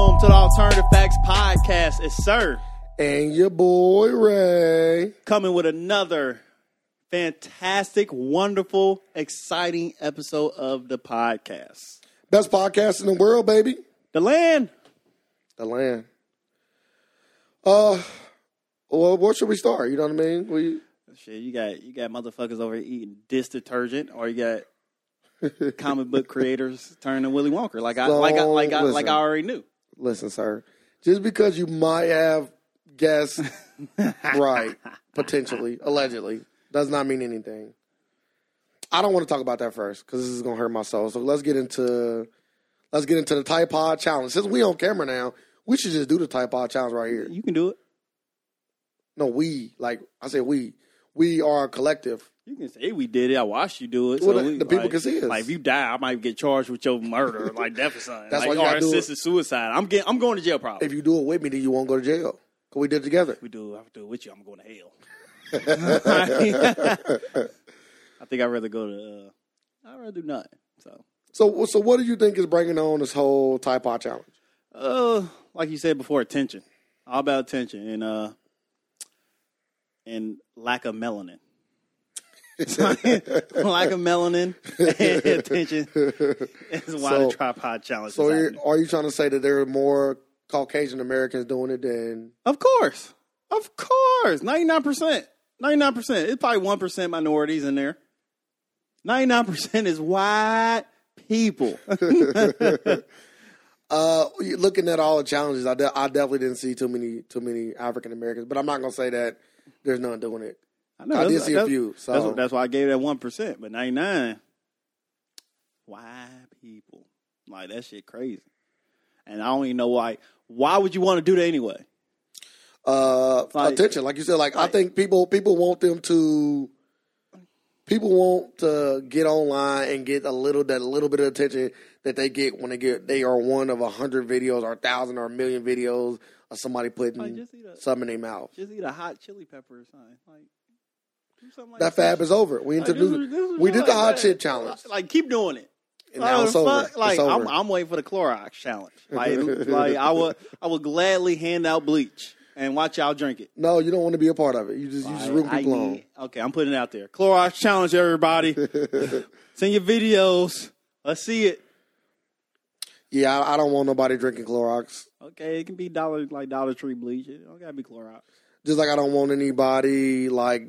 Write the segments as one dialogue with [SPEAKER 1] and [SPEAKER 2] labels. [SPEAKER 1] Alternative Facts Podcast. It's Sir
[SPEAKER 2] And your boy Ray.
[SPEAKER 1] coming with another fantastic, wonderful, exciting episode of the podcast.
[SPEAKER 2] Best podcast in the world, baby.
[SPEAKER 1] The land.
[SPEAKER 2] The land. Uh well, where should we start? You know what I mean? We
[SPEAKER 1] Shit, you got you got motherfuckers over here eating dish detergent, or you got comic book creators turning Willy Wonka. Like I like I like I like I
[SPEAKER 2] Listen.
[SPEAKER 1] already knew.
[SPEAKER 2] listen, sir. Just because you might have guessed right, potentially, allegedly, does not mean anything. I don't want to talk about that first because this is gonna hurt my soul. So let's get into let's get into the Tide Pod challenge. Since we on camera now, we should just do the Tide Pod challenge right here.
[SPEAKER 1] You can do it.
[SPEAKER 2] No, we like I said, we we are a collective.
[SPEAKER 1] You can say we did it. I watched you do it.
[SPEAKER 2] Well,
[SPEAKER 1] so
[SPEAKER 2] the-
[SPEAKER 1] we-
[SPEAKER 2] the people
[SPEAKER 1] like-
[SPEAKER 2] can see us.
[SPEAKER 1] Like if you die, I might get charged with your murder, like death or something.
[SPEAKER 2] That's
[SPEAKER 1] like,
[SPEAKER 2] why you
[SPEAKER 1] or
[SPEAKER 2] gotta do it.
[SPEAKER 1] assisted suicide. I'm getting. I'm going to jail. Probably.
[SPEAKER 2] If you do it with me, then you won't go to jail. Cause we did it together.
[SPEAKER 1] we do, I do it with you. I'm going to hell. I think I'd rather go to. Uh, I'd rather do nothing. So,
[SPEAKER 2] So so what do you think is bringing on this whole Tide Pod challenge?
[SPEAKER 1] uh, like you said before, attention. All about attention and uh, and lack of melanin. lack of melanin and attention is why
[SPEAKER 2] So-
[SPEAKER 1] the tripod challenge.
[SPEAKER 2] So
[SPEAKER 1] is
[SPEAKER 2] are
[SPEAKER 1] happening.
[SPEAKER 2] are you trying to say that there are more Caucasian Americans doing it than
[SPEAKER 1] Of course. Of course. 99%. 99%. It's probably 1% minorities in there. 99% is white people.
[SPEAKER 2] uh, looking at all the challenges? I, de- I definitely didn't see too many too many African Americans, but I'm not gonna say that there's none doing it.
[SPEAKER 1] I, know,
[SPEAKER 2] I did
[SPEAKER 1] that's-
[SPEAKER 2] see a
[SPEAKER 1] that's-
[SPEAKER 2] few, so-
[SPEAKER 1] That's, that's why I gave that 1%. But 99 white people. Like, that shit crazy. And I don't even know why. Why would you want to do that anyway?
[SPEAKER 2] uh,
[SPEAKER 1] Like-
[SPEAKER 2] attention. Like you said, like,
[SPEAKER 1] like-
[SPEAKER 2] I think people people want them to people want to get online and get a little that little bit of attention that they get when they get they are one of a hundred videos or a thousand or a million videos of somebody putting
[SPEAKER 1] Like, just eat a-
[SPEAKER 2] something in their mouth.
[SPEAKER 1] Just eat a hot chili pepper or something. Like, do something like
[SPEAKER 2] That fab is over. We
[SPEAKER 1] Like, this
[SPEAKER 2] introduced
[SPEAKER 1] is- this is
[SPEAKER 2] we did the
[SPEAKER 1] like
[SPEAKER 2] hot
[SPEAKER 1] that.
[SPEAKER 2] chip challenge.
[SPEAKER 1] Like, keep doing it.
[SPEAKER 2] And now it's over.
[SPEAKER 1] fuck, Like
[SPEAKER 2] it's over.
[SPEAKER 1] I'm, I'm waiting for the Clorox challenge. Like, like I would, I would gladly hand out bleach and watch y'all drink it.
[SPEAKER 2] no, you don't want to be a part of it. You just you just root
[SPEAKER 1] I
[SPEAKER 2] people on.
[SPEAKER 1] need- okay, I'm putting it out there. Clorox challenge, everybody. Send your videos. Let's see it.
[SPEAKER 2] Yeah, I, I don't want nobody drinking Clorox.
[SPEAKER 1] Okay, it can be dollar like Dollar Tree bleach. It don't gotta be Clorox.
[SPEAKER 2] Just like I don't want anybody like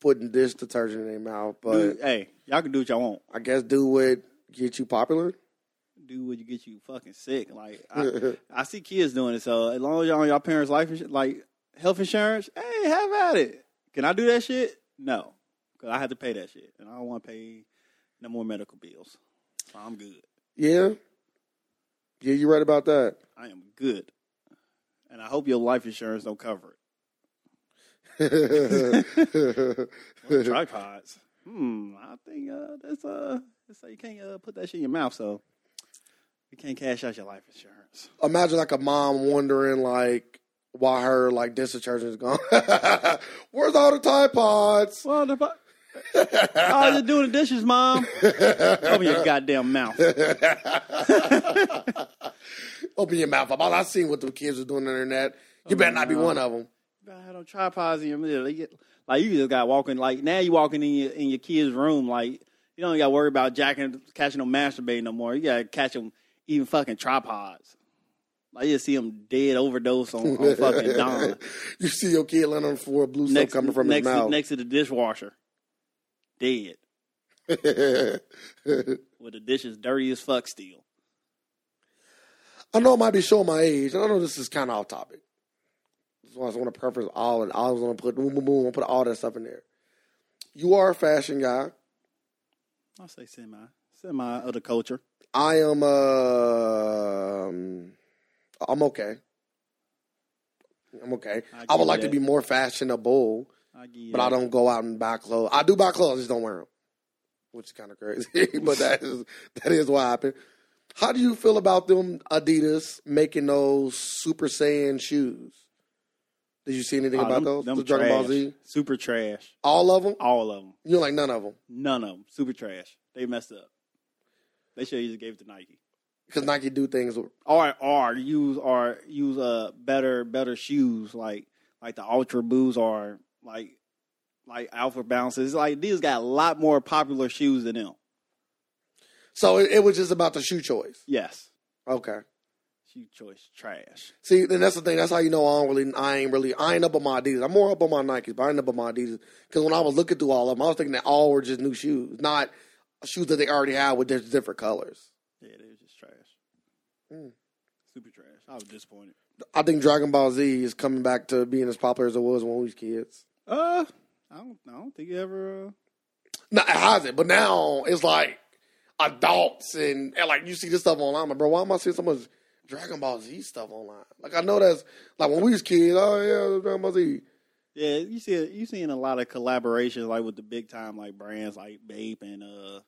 [SPEAKER 2] putting dish detergent in their mouth. But
[SPEAKER 1] Dude, hey, y'all can do what y'all want.
[SPEAKER 2] I guess do what get you popular.
[SPEAKER 1] Do what you get you fucking sick. Like I, I see kids doing it. So as long as y'all on your parents' life, insu- like health insurance, hey, have at it. Can I do that shit? No, because I have to pay that shit, and I don't want to pay no more medical bills. So I'm good.
[SPEAKER 2] Yeah. Yeah, you're right about that.
[SPEAKER 1] I am good, and I hope your life insurance don't cover it. Tripods. Hmm. I think uh, that's uh, that's like you can't uh, put that shit in your mouth, so you can't cash out your life insurance.
[SPEAKER 2] Imagine like a mom wondering like why her like dish detergent is gone. Where's all the Tide Pods?
[SPEAKER 1] Well, the fu- oh, you're doing the dishes, mom. Open your goddamn mouth.
[SPEAKER 2] Open your mouth up. All I seen what the kids are doing on the internet. You better not be one of them.
[SPEAKER 1] I had on tripods in your middle. They get- Like you just got walking. Like now you walking in your in your kid's room. Like you don't got to worry about jacking catching them masturbating no more. You got to catch them eating fucking tripods. Like you just see them dead overdose on, on fucking Don
[SPEAKER 2] You see your kid laying on the floor, blue stuff
[SPEAKER 1] next
[SPEAKER 2] coming from
[SPEAKER 1] next
[SPEAKER 2] his mouth.
[SPEAKER 1] next to the dishwasher, dead with the dishes dirty as fuck still.
[SPEAKER 2] I know I might be showing my age. and I know this is kind of off topic. So I just want to preface all and I was going to put boom, boom, boom. I wanna put all that stuff in there. You are a fashion guy.
[SPEAKER 1] I say semi semi of the culture.
[SPEAKER 2] I am. Uh, um, I'm okay. I'm okay.
[SPEAKER 1] I
[SPEAKER 2] I, would
[SPEAKER 1] get
[SPEAKER 2] like to
[SPEAKER 1] that.
[SPEAKER 2] be more fashionable,
[SPEAKER 1] I give you
[SPEAKER 2] but I
[SPEAKER 1] that.
[SPEAKER 2] don't go out and buy clothes. I do buy clothes, I just don't wear them, which is kind of crazy. but that is that is what happened. How do you feel about them Adidas making those Super Saiyan shoes? Did you see anything
[SPEAKER 1] Oh,
[SPEAKER 2] about
[SPEAKER 1] them-
[SPEAKER 2] those?
[SPEAKER 1] them
[SPEAKER 2] The Dragon Ball
[SPEAKER 1] trash.
[SPEAKER 2] Z,
[SPEAKER 1] super trash.
[SPEAKER 2] all of them.
[SPEAKER 1] All of them.
[SPEAKER 2] You don't like none of them.
[SPEAKER 1] None of them. Super trash. They messed up. They should have just gave it to Nike.
[SPEAKER 2] because Nike do things. with-
[SPEAKER 1] Or or use or use uh better better shoes like like the Ultra Boost or like like Alpha Bounces. Like these got a lot more popular shoes than them.
[SPEAKER 2] So it, it was just about the shoe choice.
[SPEAKER 1] Yes,
[SPEAKER 2] Okay.
[SPEAKER 1] shoe choice trash.
[SPEAKER 2] See, then that's the thing. That's how you know I don't really, I ain't really, I ain't up on my Adidas. I'm more up on my Nikes, but I ain't up on my Adidas because when I was looking through all of them, I was thinking that all were just new shoes, not shoes that they already had with just different colors.
[SPEAKER 1] Yeah, they was just trash.
[SPEAKER 2] Mm.
[SPEAKER 1] Super trash. I was disappointed.
[SPEAKER 2] I think Dragon Ball Z is coming back to being as popular as it was when we was kids.
[SPEAKER 1] Uh, I don't I don't think you ever. Uh,
[SPEAKER 2] No, it hasn't. But now it's like adults and, and like you see this stuff online. Like, bro, why am I seeing so much Dragon Ball Z stuff online? Like I know that's like when we was kids. Oh yeah, Dragon Ball Z.
[SPEAKER 1] yeah, you see you seeing a lot of collaborations like with the big time like brands like Bape and uh.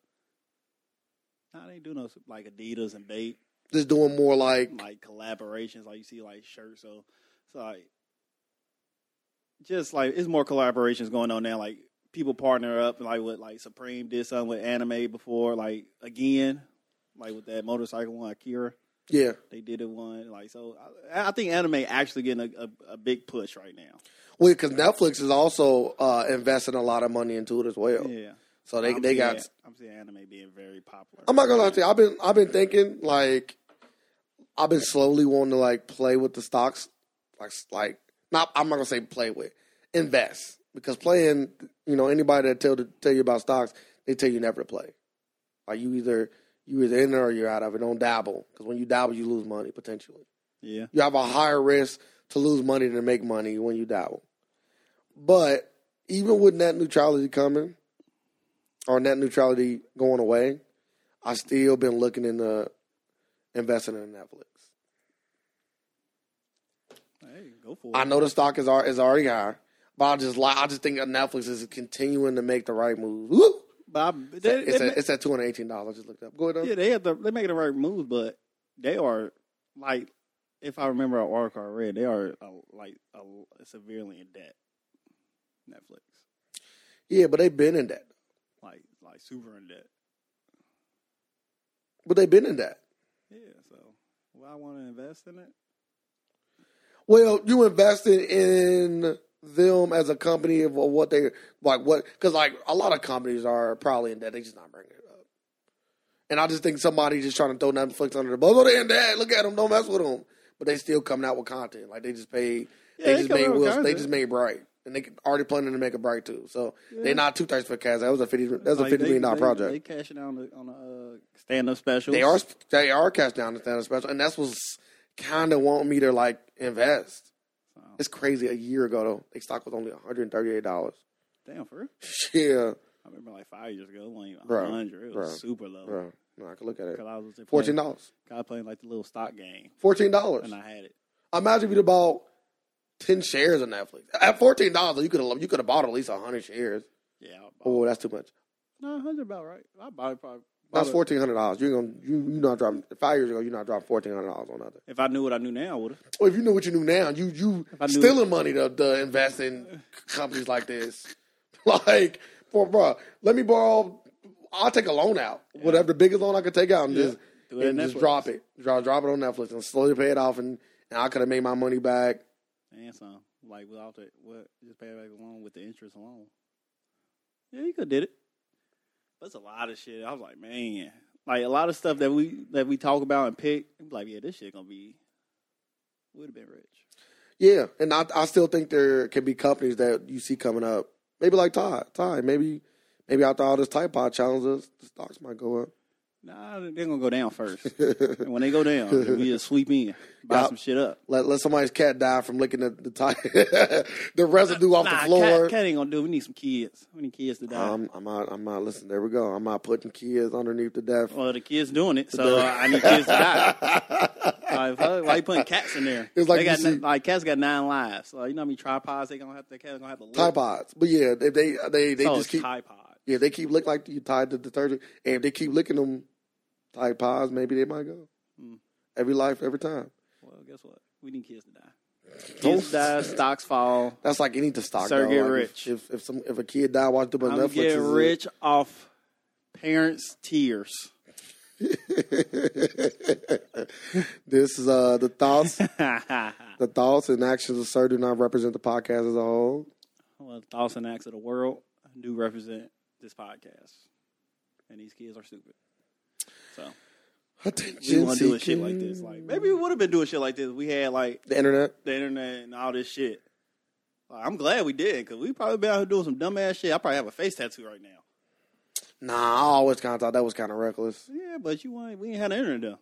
[SPEAKER 1] Nah, they ain't do no like Adidas and Bape.
[SPEAKER 2] Just doing more like
[SPEAKER 1] like collaborations. Like you see like shirts, so it's like just like it's more collaborations going on now. Like people partner up, like with like Supreme did something with anime before, like again, like with that motorcycle one, Akira.
[SPEAKER 2] yeah.
[SPEAKER 1] They did it one like so. I, I think anime actually getting a, a, a big push right now.
[SPEAKER 2] Well, because Netflix is also uh, investing a lot of money into it as well.
[SPEAKER 1] Yeah,
[SPEAKER 2] So they
[SPEAKER 1] I'm
[SPEAKER 2] they
[SPEAKER 1] seeing-
[SPEAKER 2] got.
[SPEAKER 1] I'm seeing anime being very popular.
[SPEAKER 2] I'm not gonna lie to you. I've been I've been thinking like I've been slowly wanting to like play with the stocks, like like not. I'm not gonna say play with, invest because playing. You know anybody that tell to tell you about stocks, they tell you never to play. Like you either you either in it or you're out of it. Don't dabble because when you dabble, you lose money potentially.
[SPEAKER 1] Yeah,
[SPEAKER 2] You have a higher risk to lose money than to make money when you dabble. But even with net neutrality coming or net neutrality going away, I still been looking into investing in Netflix.
[SPEAKER 1] hey, go for it.
[SPEAKER 2] I know the stock is al- is already high, but I just like I just think that Netflix is continuing to make the right move. Woo!
[SPEAKER 1] but I, they, they
[SPEAKER 2] It's
[SPEAKER 1] ma-
[SPEAKER 2] at, it's at two hundred eighteen dollars. Just looked up. Go ahead.
[SPEAKER 1] Yeah, they have the they making the right moves, but they are like, if I remember an article I read, they are uh, like uh, severely in debt. Netflix,
[SPEAKER 2] yeah, but they've been in that.
[SPEAKER 1] like like super in debt.
[SPEAKER 2] But they've been in that.
[SPEAKER 1] Yeah, so well, I want to invest in it.
[SPEAKER 2] Well, you invested in them as a company of what they like what because like a lot of companies are probably in debt. They just not bringing it up. And I just think somebody just trying to throw Netflix under the bus. Oh, they in debt. Look at them. Don't mess with them. But they still coming out with content. Like they just paid.
[SPEAKER 1] Yeah,
[SPEAKER 2] they,
[SPEAKER 1] they
[SPEAKER 2] just
[SPEAKER 1] coming
[SPEAKER 2] made
[SPEAKER 1] out with
[SPEAKER 2] Will. They
[SPEAKER 1] content.
[SPEAKER 2] just made Bright, and they already planning to make a Bright too. So
[SPEAKER 1] Yeah.
[SPEAKER 2] they're not two thirds for cash. That was a fifty. That's a
[SPEAKER 1] Like,
[SPEAKER 2] fifty
[SPEAKER 1] they-
[SPEAKER 2] million dollar
[SPEAKER 1] they-
[SPEAKER 2] project.
[SPEAKER 1] They cashing out on the on a uh, stand up special.
[SPEAKER 2] They are they are cash down the standard special, and that's what's kind of want me to like invest.
[SPEAKER 1] Wow.
[SPEAKER 2] It's crazy. A year ago though, they stock was only one hundred and thirty eight dollars.
[SPEAKER 1] damn for. real?
[SPEAKER 2] Yeah,
[SPEAKER 1] I remember like five years ago, it wasn't even
[SPEAKER 2] Bro,
[SPEAKER 1] 100. It was
[SPEAKER 2] bro,
[SPEAKER 1] super low.
[SPEAKER 2] bro, no, I can look at it.
[SPEAKER 1] Cause I was playing,
[SPEAKER 2] Fourteen dollars.
[SPEAKER 1] I was playing like the little stock game,
[SPEAKER 2] Fourteen dollars.
[SPEAKER 1] and I had it.
[SPEAKER 2] Imagine if you'd have bought ten shares of Netflix at fourteen dollars. You could have you could have bought at least hundred shares.
[SPEAKER 1] Yeah, I bought,
[SPEAKER 2] Oh, that's too much.
[SPEAKER 1] no, hundred about right. I bought it probably.
[SPEAKER 2] That's
[SPEAKER 1] bought it-
[SPEAKER 2] fourteen hundred dollars. You're gonna you you not dropping five years ago. You're not dropping fourteen hundred dollars on nothing.
[SPEAKER 1] If I knew what I knew now, I would have.
[SPEAKER 2] Well, if you knew what you knew now, you you
[SPEAKER 1] I knew-
[SPEAKER 2] stealing money to, to invest in companies like this. Like, for bro, let me borrow. I'll take a loan out, whatever the biggest loan I could take out, and
[SPEAKER 1] Yeah.
[SPEAKER 2] just
[SPEAKER 1] Do it on
[SPEAKER 2] and just
[SPEAKER 1] Netflix.
[SPEAKER 2] drop it, drop drop it on Netflix, and slowly pay it off, and, and I could have made my money back.
[SPEAKER 1] And some. Like without the what just pay back the loan with the interest alone. Yeah, you could did it. But it's a lot of shit. I was like, man. Like a lot of stuff that we that we talk about and pick, I'm like, yeah, this shit gonna be would have been rich.
[SPEAKER 2] Yeah, and I I still think there can be companies that you see coming up, maybe like Todd, Todd, maybe maybe after all this Tide Pod challenges, the stocks might go up.
[SPEAKER 1] Nah, they're gonna go down first. and when they go down, then we just sweep in, buy
[SPEAKER 2] Yup.
[SPEAKER 1] some shit up.
[SPEAKER 2] Let let somebody's cat die from licking the the, tie, the residue off the floor.
[SPEAKER 1] Cat, cat ain't gonna do it. We need some kids. We need kids to die.
[SPEAKER 2] I'm, I'm not. I'm not. Listen, there we go. I'm not putting kids underneath the death.
[SPEAKER 1] well, the kids doing it, so uh, I need kids to die. Like, fuck, why you putting cats in there?
[SPEAKER 2] It's like
[SPEAKER 1] they
[SPEAKER 2] you
[SPEAKER 1] got
[SPEAKER 2] see-
[SPEAKER 1] ni- like cats got nine lives. So you know how many tripods they gonna have? The cats gonna have to live.
[SPEAKER 2] Tide pods, but yeah, if they they they
[SPEAKER 1] oh,
[SPEAKER 2] just
[SPEAKER 1] it's
[SPEAKER 2] keep
[SPEAKER 1] Tide Pod.
[SPEAKER 2] yeah they keep licking like you tied to detergent, and if they keep licking them Tide pods, maybe they might go.
[SPEAKER 1] Hmm.
[SPEAKER 2] Every life, every time.
[SPEAKER 1] Well, guess what? We need kids to die.
[SPEAKER 2] Don't-
[SPEAKER 1] Kids die, stocks fall.
[SPEAKER 2] That's like any to stock.
[SPEAKER 1] Sir,
[SPEAKER 2] though.
[SPEAKER 1] get
[SPEAKER 2] Like,
[SPEAKER 1] rich.
[SPEAKER 2] If, if if some if a kid died watching too much
[SPEAKER 1] I'm
[SPEAKER 2] Netflix,
[SPEAKER 1] getting
[SPEAKER 2] is-
[SPEAKER 1] rich off parents' tears.
[SPEAKER 2] this is uh, the thoughts, the thoughts and actions of Sir do not represent the podcast as a whole.
[SPEAKER 1] well, thoughts and acts of the world do represent this podcast, and these kids are stupid. So we
[SPEAKER 2] Attention
[SPEAKER 1] want to do a shit like
[SPEAKER 2] seeking.
[SPEAKER 1] this. Like maybe we would have been doing shit like this. if We had like
[SPEAKER 2] the internet.
[SPEAKER 1] the internet and all this shit. Like, I'm glad we did because we probably been out here doing some dumbass shit. I probably have a face tattoo right now.
[SPEAKER 2] Nah, I always kind of thought that was kind of reckless.
[SPEAKER 1] Yeah, but you ain't, we ain't had the internet though.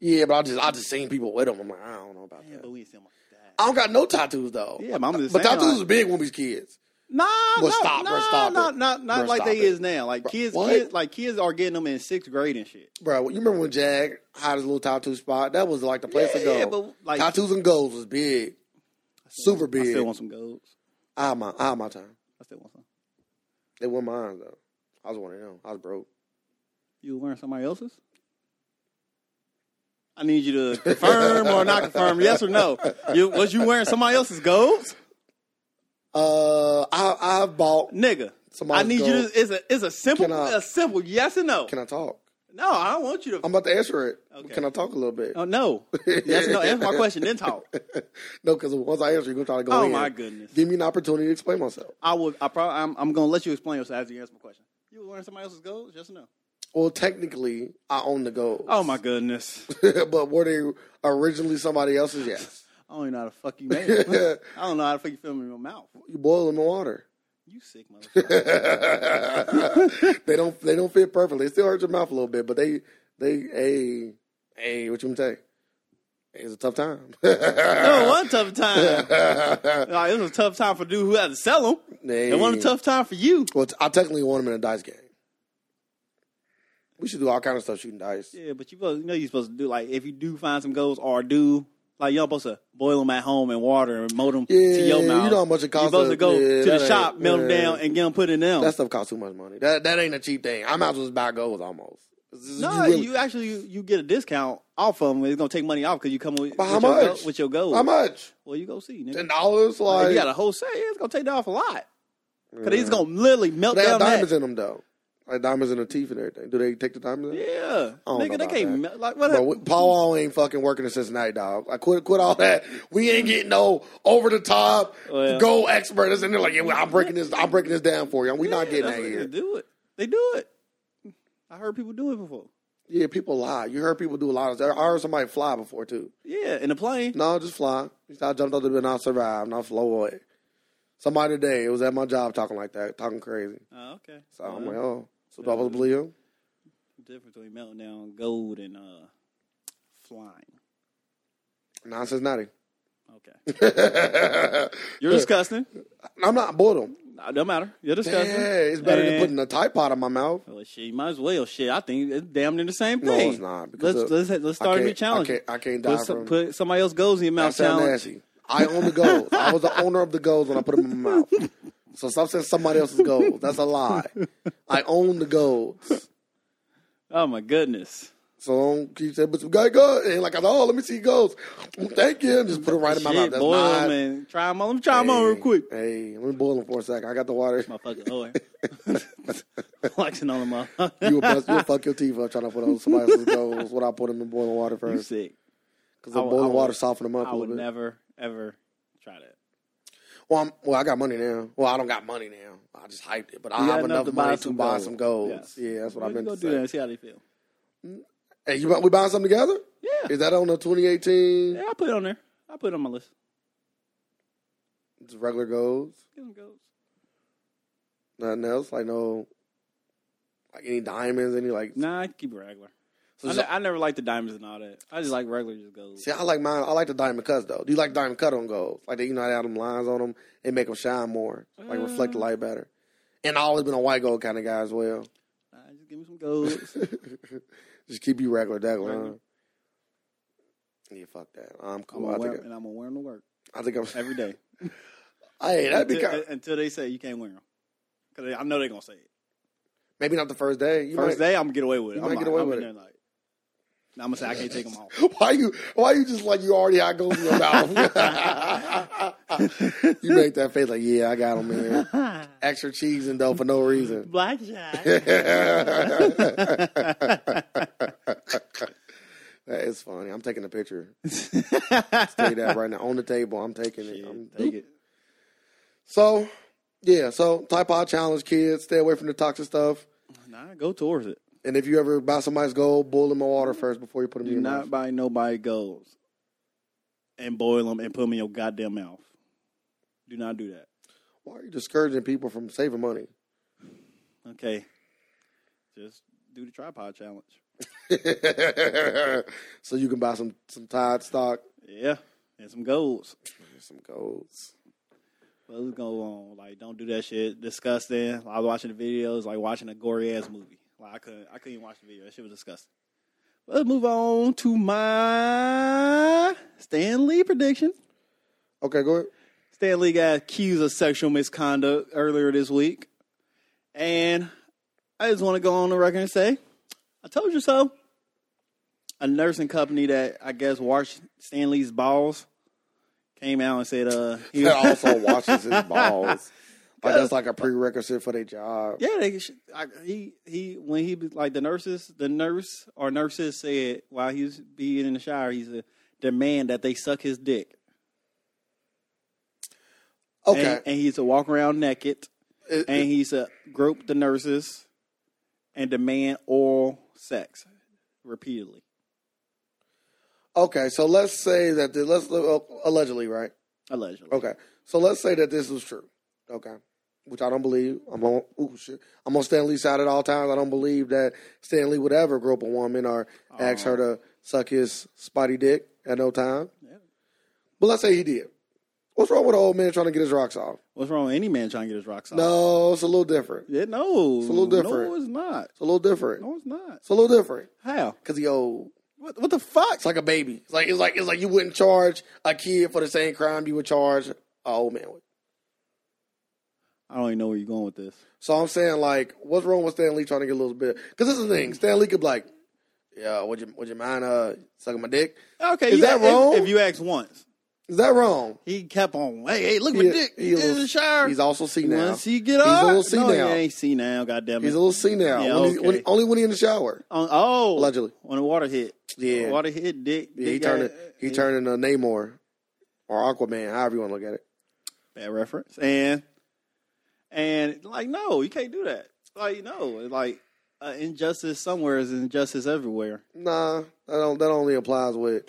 [SPEAKER 2] Yeah, but I just I just seen people with them. I'm like, I don't know about
[SPEAKER 1] Yeah,
[SPEAKER 2] that.
[SPEAKER 1] but we ain't seen like
[SPEAKER 2] I
[SPEAKER 1] that.
[SPEAKER 2] don't got no tattoos though.
[SPEAKER 1] Yeah, but I'm just
[SPEAKER 2] but
[SPEAKER 1] saying,
[SPEAKER 2] tattoos
[SPEAKER 1] like-
[SPEAKER 2] was big when we was kids.
[SPEAKER 1] Nah,
[SPEAKER 2] Well,
[SPEAKER 1] no,
[SPEAKER 2] stop,
[SPEAKER 1] nah,
[SPEAKER 2] bro, stop
[SPEAKER 1] nah,
[SPEAKER 2] it.
[SPEAKER 1] not not
[SPEAKER 2] Bro,
[SPEAKER 1] like
[SPEAKER 2] stop
[SPEAKER 1] they
[SPEAKER 2] it.
[SPEAKER 1] is now. Like kids,
[SPEAKER 2] what?
[SPEAKER 1] kids, like kids are getting them in sixth grade and shit.
[SPEAKER 2] Bro, you remember when Jag had his little tattoo spot? That was like the place to
[SPEAKER 1] Yeah,
[SPEAKER 2] go.
[SPEAKER 1] but, like-
[SPEAKER 2] tattoos and goals was big, super
[SPEAKER 1] I
[SPEAKER 2] big.
[SPEAKER 1] still want some golds.
[SPEAKER 2] I had my I had my time.
[SPEAKER 1] I still want some.
[SPEAKER 2] They weren't mine though. I was one of them. I was broke.
[SPEAKER 1] You wearing somebody else's? I need you to confirm or not confirm, yes or no. You, was you wearing somebody else's golds,
[SPEAKER 2] Uh, I I bought.
[SPEAKER 1] nigga?
[SPEAKER 2] Somebody's
[SPEAKER 1] I need you
[SPEAKER 2] gold.
[SPEAKER 1] to. It's a it's a simple
[SPEAKER 2] Can I-
[SPEAKER 1] a simple yes and no.
[SPEAKER 2] Can I talk?
[SPEAKER 1] no, I don't want you to.
[SPEAKER 2] I'm about to answer it.
[SPEAKER 1] Okay.
[SPEAKER 2] Can I talk a little bit?
[SPEAKER 1] oh no, yes no. That's my question. Then talk.
[SPEAKER 2] no, because once I answer, you're gonna try to go
[SPEAKER 1] Oh
[SPEAKER 2] in.
[SPEAKER 1] my goodness.
[SPEAKER 2] Give me an opportunity to explain myself.
[SPEAKER 1] I would. I probably. I'm, I'm gonna let you explain yourself after you answer my question. You was wearing somebody else's golds, yes or no?
[SPEAKER 2] Well, technically, I own the goals.
[SPEAKER 1] Oh my goodness.
[SPEAKER 2] but were they originally somebody else's? Yes.
[SPEAKER 1] I don't even know how the fuck you made it. I don't know how the fuck you feel in your mouth.
[SPEAKER 2] you boil them in water.
[SPEAKER 1] You sick motherfucker.
[SPEAKER 2] they don't they don't fit perfectly. It still hurts your mouth a little bit, but they they hey hey what you gonna say? It's a tough time.
[SPEAKER 1] That was one tough time. Like, it was a tough time for dude who had to sell them. It wasn't a tough time for you.
[SPEAKER 2] Well, I technically want him in a dice game. We should do all kind of stuff shooting dice.
[SPEAKER 1] Yeah, but you, supposed, you know you're supposed to do like if you do find some goats or do like you're supposed to boil them at home in water and mold them to
[SPEAKER 2] Yeah,
[SPEAKER 1] your
[SPEAKER 2] you
[SPEAKER 1] mouth.
[SPEAKER 2] know how much it
[SPEAKER 1] You're
[SPEAKER 2] costs
[SPEAKER 1] supposed to
[SPEAKER 2] to-
[SPEAKER 1] go
[SPEAKER 2] yeah,
[SPEAKER 1] to
[SPEAKER 2] that
[SPEAKER 1] the
[SPEAKER 2] ain't-
[SPEAKER 1] shop, melt them
[SPEAKER 2] yeah.
[SPEAKER 1] down, and get them put in them.
[SPEAKER 2] That stuff costs too much money. That that ain't a cheap thing. I might as well just buy goals almost. This is-
[SPEAKER 1] no,
[SPEAKER 2] really-
[SPEAKER 1] you actually you, you get a discount off of them. It's gonna take money off because you come with,
[SPEAKER 2] But how
[SPEAKER 1] with, your
[SPEAKER 2] much?
[SPEAKER 1] goat- with your goals.
[SPEAKER 2] how much?
[SPEAKER 1] Well, you go see, nigga.
[SPEAKER 2] Ten dollars?
[SPEAKER 1] If
[SPEAKER 2] Like
[SPEAKER 1] you got a whole set, yeah, it's gonna take that off a lot. Cause he's gonna literally melt
[SPEAKER 2] they have
[SPEAKER 1] down
[SPEAKER 2] diamonds
[SPEAKER 1] that.
[SPEAKER 2] in them though. Like diamonds in their teeth and everything. Do they take the diamonds? Out?
[SPEAKER 1] Yeah, nigga,
[SPEAKER 2] don't know
[SPEAKER 1] they
[SPEAKER 2] about that.
[SPEAKER 1] can't melt like what.
[SPEAKER 2] Bro, we- Paul Wall ain't fucking working in Cincinnati, dog. I quit, quit all that. We ain't getting no over the top
[SPEAKER 1] Well-
[SPEAKER 2] goal expert. It's in there like, yeah, well, I'm breaking this, I'm breaking this down for you. We not
[SPEAKER 1] Yeah,
[SPEAKER 2] getting
[SPEAKER 1] that's
[SPEAKER 2] that
[SPEAKER 1] what
[SPEAKER 2] here.
[SPEAKER 1] They do it. They do it. I heard people do it before.
[SPEAKER 2] Yeah, people lie. You heard people do a lot of. I heard somebody fly before too.
[SPEAKER 1] Yeah, in the plane.
[SPEAKER 2] No, just fly. I jumped out the bed and I survived. And I flew away. Somebody today, it was at my job talking like that, talking crazy.
[SPEAKER 1] Oh, okay.
[SPEAKER 2] So I'm like, oh, so do I supposed to believe him?
[SPEAKER 1] difference between melting down gold and uh, flying.
[SPEAKER 2] Nah, Cincinnati.
[SPEAKER 1] Okay, you're disgusting.
[SPEAKER 2] I'm not bored him.
[SPEAKER 1] No, don't matter. You're
[SPEAKER 2] Yeah,
[SPEAKER 1] disgusting.
[SPEAKER 2] it's better than
[SPEAKER 1] And-
[SPEAKER 2] putting a Tide Pod in my mouth.
[SPEAKER 1] Well, shit, you might as well. Shit, I think it's damn near the same
[SPEAKER 2] No,
[SPEAKER 1] thing.
[SPEAKER 2] it's not, because
[SPEAKER 1] let's,
[SPEAKER 2] the-
[SPEAKER 1] let's let's
[SPEAKER 2] I
[SPEAKER 1] start a
[SPEAKER 2] can't-
[SPEAKER 1] new challenge.
[SPEAKER 2] I can't, I can't die
[SPEAKER 1] put, some,
[SPEAKER 2] from
[SPEAKER 1] put somebody else goes in your
[SPEAKER 2] That
[SPEAKER 1] mouth
[SPEAKER 2] sound
[SPEAKER 1] challenge.
[SPEAKER 2] nasty. I own the goals. I was the owner of the goals when I put them in my mouth. So stop saying somebody else's goals. That's a lie. I own the goals.
[SPEAKER 1] Oh my goodness.
[SPEAKER 2] So don't keep saying, but you got goals. And like, I oh, let me see goals. Thank you. And just put them right in my
[SPEAKER 1] Shit,
[SPEAKER 2] mouth. That's
[SPEAKER 1] boil
[SPEAKER 2] not.
[SPEAKER 1] them and try them on. Let me try them on real quick.
[SPEAKER 2] Hey, let me boil them for a second. I got the water.
[SPEAKER 1] Motherfucking whore. oh, Flexing on uh, them up.
[SPEAKER 2] You will, bust, you will fuck your teeth up trying to put on somebody else's goals when I put them in boiling water
[SPEAKER 1] you
[SPEAKER 2] first.
[SPEAKER 1] sick.
[SPEAKER 2] Because the
[SPEAKER 1] I would- I
[SPEAKER 2] boiling
[SPEAKER 1] would-
[SPEAKER 2] water soften them up
[SPEAKER 1] I
[SPEAKER 2] a
[SPEAKER 1] would
[SPEAKER 2] little bit.
[SPEAKER 1] never, ever try that.
[SPEAKER 2] Well, I'm, well, I got money now. Well, I don't got money now. I just hyped it, but I
[SPEAKER 1] You got
[SPEAKER 2] have enough, money to
[SPEAKER 1] some
[SPEAKER 2] buy
[SPEAKER 1] gold.
[SPEAKER 2] some goals. Yeah, that's what
[SPEAKER 1] Well,
[SPEAKER 2] I meant
[SPEAKER 1] you
[SPEAKER 2] to
[SPEAKER 1] go do that
[SPEAKER 2] say.
[SPEAKER 1] and see how they feel.
[SPEAKER 2] Hey, you bu- we buying something together?
[SPEAKER 1] Yeah.
[SPEAKER 2] Is that on the 2018
[SPEAKER 1] yeah, I put it on there. I put it on my list.
[SPEAKER 2] Just regular goals?
[SPEAKER 1] Get some goats.
[SPEAKER 2] Nothing else? Like no, like any diamonds? Any like?
[SPEAKER 1] Nah, I keep it regular.
[SPEAKER 2] So
[SPEAKER 1] I,
[SPEAKER 2] just-
[SPEAKER 1] ne- I never like the diamonds and all that. I just like regular just goes.
[SPEAKER 2] see, I like mine. I like the diamond cuts though. Do you like diamond cut on goals? Like they, you know, they have them lines on them. They make them shine more, like reflect the
[SPEAKER 1] Uh.
[SPEAKER 2] light better. And I always been a white gold kind of guy as well.
[SPEAKER 1] Nah, just give me some goats.
[SPEAKER 2] Just keep you regular, regular. Huh?
[SPEAKER 1] Regular.
[SPEAKER 2] Yeah, fuck that. I'm
[SPEAKER 1] I'm
[SPEAKER 2] cool. I
[SPEAKER 1] gonna wear
[SPEAKER 2] think
[SPEAKER 1] 'em, and I'm gonna wear them to work
[SPEAKER 2] I, I think I'm.
[SPEAKER 1] every day
[SPEAKER 2] Hey, that'd be
[SPEAKER 1] until,
[SPEAKER 2] kind.
[SPEAKER 1] until they say you can't wear them. Because I know they're gonna say it.
[SPEAKER 2] Maybe not the first day. You
[SPEAKER 1] First
[SPEAKER 2] might,
[SPEAKER 1] day, I'm gonna get away with it.
[SPEAKER 2] you
[SPEAKER 1] I'm
[SPEAKER 2] might
[SPEAKER 1] like,
[SPEAKER 2] get away
[SPEAKER 1] I'm
[SPEAKER 2] with
[SPEAKER 1] in
[SPEAKER 2] it.
[SPEAKER 1] there like, I'm gonna say I can't take them off.
[SPEAKER 2] Why you? Why you just like you already had goals in your mouth? you make that face like, yeah, I got them, man. Extra cheese and dough for no reason.
[SPEAKER 1] Blackjack.
[SPEAKER 2] hey, It's funny. I'm taking a picture. Tell you that right now on the table. I'm taking it. I'm-
[SPEAKER 1] Take it.
[SPEAKER 2] So, yeah. So tripod challenge, kids. Stay away from the toxic stuff.
[SPEAKER 1] Nah, go towards it.
[SPEAKER 2] And if you ever buy somebody's gold, boil them in water first before you put them
[SPEAKER 1] Do
[SPEAKER 2] in your
[SPEAKER 1] not
[SPEAKER 2] mouth.
[SPEAKER 1] buy nobody goals and boil them and put them in your goddamn mouth. Do not do that.
[SPEAKER 2] Why are you discouraging people from saving money?
[SPEAKER 1] Okay. Just do the tripod challenge.
[SPEAKER 2] so you can buy some some Tide stock,
[SPEAKER 1] Yeah. And some goals.
[SPEAKER 2] some golds.
[SPEAKER 1] But let's go on. Like, don't do that shit. Disgusting. I was watching the videos, like watching a gory ass movie. Like I couldn't I couldn't even watch the video. That shit was disgusting. But let's move on to my Stan Lee prediction.
[SPEAKER 2] Okay, go ahead.
[SPEAKER 1] Stan Lee got accused of sexual misconduct earlier this week. And I just want to go on the record and say, I told you so. A nursing company that I guess washed Stan Lee's balls came out and said, uh, he
[SPEAKER 2] That also washes his balls. Like that's like a prerequisite for their job.
[SPEAKER 1] Yeah, they should, I, he he when he was like the nurses, the nurse or nurses said while he was being in the shower, he's a demand that they suck his dick.
[SPEAKER 2] Okay, Uh,
[SPEAKER 1] And, and he's to walk around naked,
[SPEAKER 2] It-
[SPEAKER 1] and he's to grope the nurses, and demand oral sex repeatedly.
[SPEAKER 2] okay. So let's say that the, let's allegedly, right?
[SPEAKER 1] Allegedly,
[SPEAKER 2] Okay, so let's say that this was true. Okay, which I don't believe. I'm on. Ooh, shit. I'm on Stan Lee's side at all times. I don't believe that Stan Lee would ever grope a woman or ask her to suck his spotty dick at no time.
[SPEAKER 1] Uh-huh. Yeah.
[SPEAKER 2] But let's say he did. What's wrong with an old man trying to get his rocks off?
[SPEAKER 1] what's wrong with any man trying to get his rocks off?
[SPEAKER 2] No, it's a little different.
[SPEAKER 1] yeah, no,
[SPEAKER 2] a little different.
[SPEAKER 1] No, it's not.
[SPEAKER 2] It's a little different.
[SPEAKER 1] No, it's not.
[SPEAKER 2] It's a little different
[SPEAKER 1] How?
[SPEAKER 2] because he old.
[SPEAKER 1] What? What the fuck?
[SPEAKER 2] It's like a baby. It's like it's like it's like you wouldn't charge a kid for the same crime you would charge an old man with.
[SPEAKER 1] I don't even know where you're going with this.
[SPEAKER 2] So I'm saying, like, what's wrong with Stan Lee trying to get a little bit? Because this is the
[SPEAKER 1] Mm.
[SPEAKER 2] thing. Stan Lee could be like, yeah, would you would you mind uh sucking my dick?
[SPEAKER 1] Okay,
[SPEAKER 2] Is
[SPEAKER 1] you-
[SPEAKER 2] that
[SPEAKER 1] if-
[SPEAKER 2] wrong?
[SPEAKER 1] If you ask once.
[SPEAKER 2] Is that wrong?
[SPEAKER 1] He kept on. Hey, hey, look at
[SPEAKER 2] He-
[SPEAKER 1] my dick.
[SPEAKER 2] he
[SPEAKER 1] He
[SPEAKER 2] a little-
[SPEAKER 1] in the shower.
[SPEAKER 2] He's also senile.
[SPEAKER 1] Once he get
[SPEAKER 2] He's
[SPEAKER 1] up,
[SPEAKER 2] a little senile.
[SPEAKER 1] No, he ain't see now. Goddamn it.
[SPEAKER 2] He's a little senile.
[SPEAKER 1] Yeah,
[SPEAKER 2] when he's, when
[SPEAKER 1] okay.
[SPEAKER 2] he- only when he's in the shower.
[SPEAKER 1] on, oh,
[SPEAKER 2] Allegedly.
[SPEAKER 1] on the water hit.
[SPEAKER 2] Yeah.
[SPEAKER 1] water hit. Dick.
[SPEAKER 2] Yeah, he
[SPEAKER 1] dick
[SPEAKER 2] turned
[SPEAKER 1] got-
[SPEAKER 2] he turned into Namor or Aquaman, however you want to look at it.
[SPEAKER 1] bad reference. And and like, no, you can't do that. Like, no, like uh, injustice somewhere is injustice everywhere.
[SPEAKER 2] Nah, that don't, that only applies with.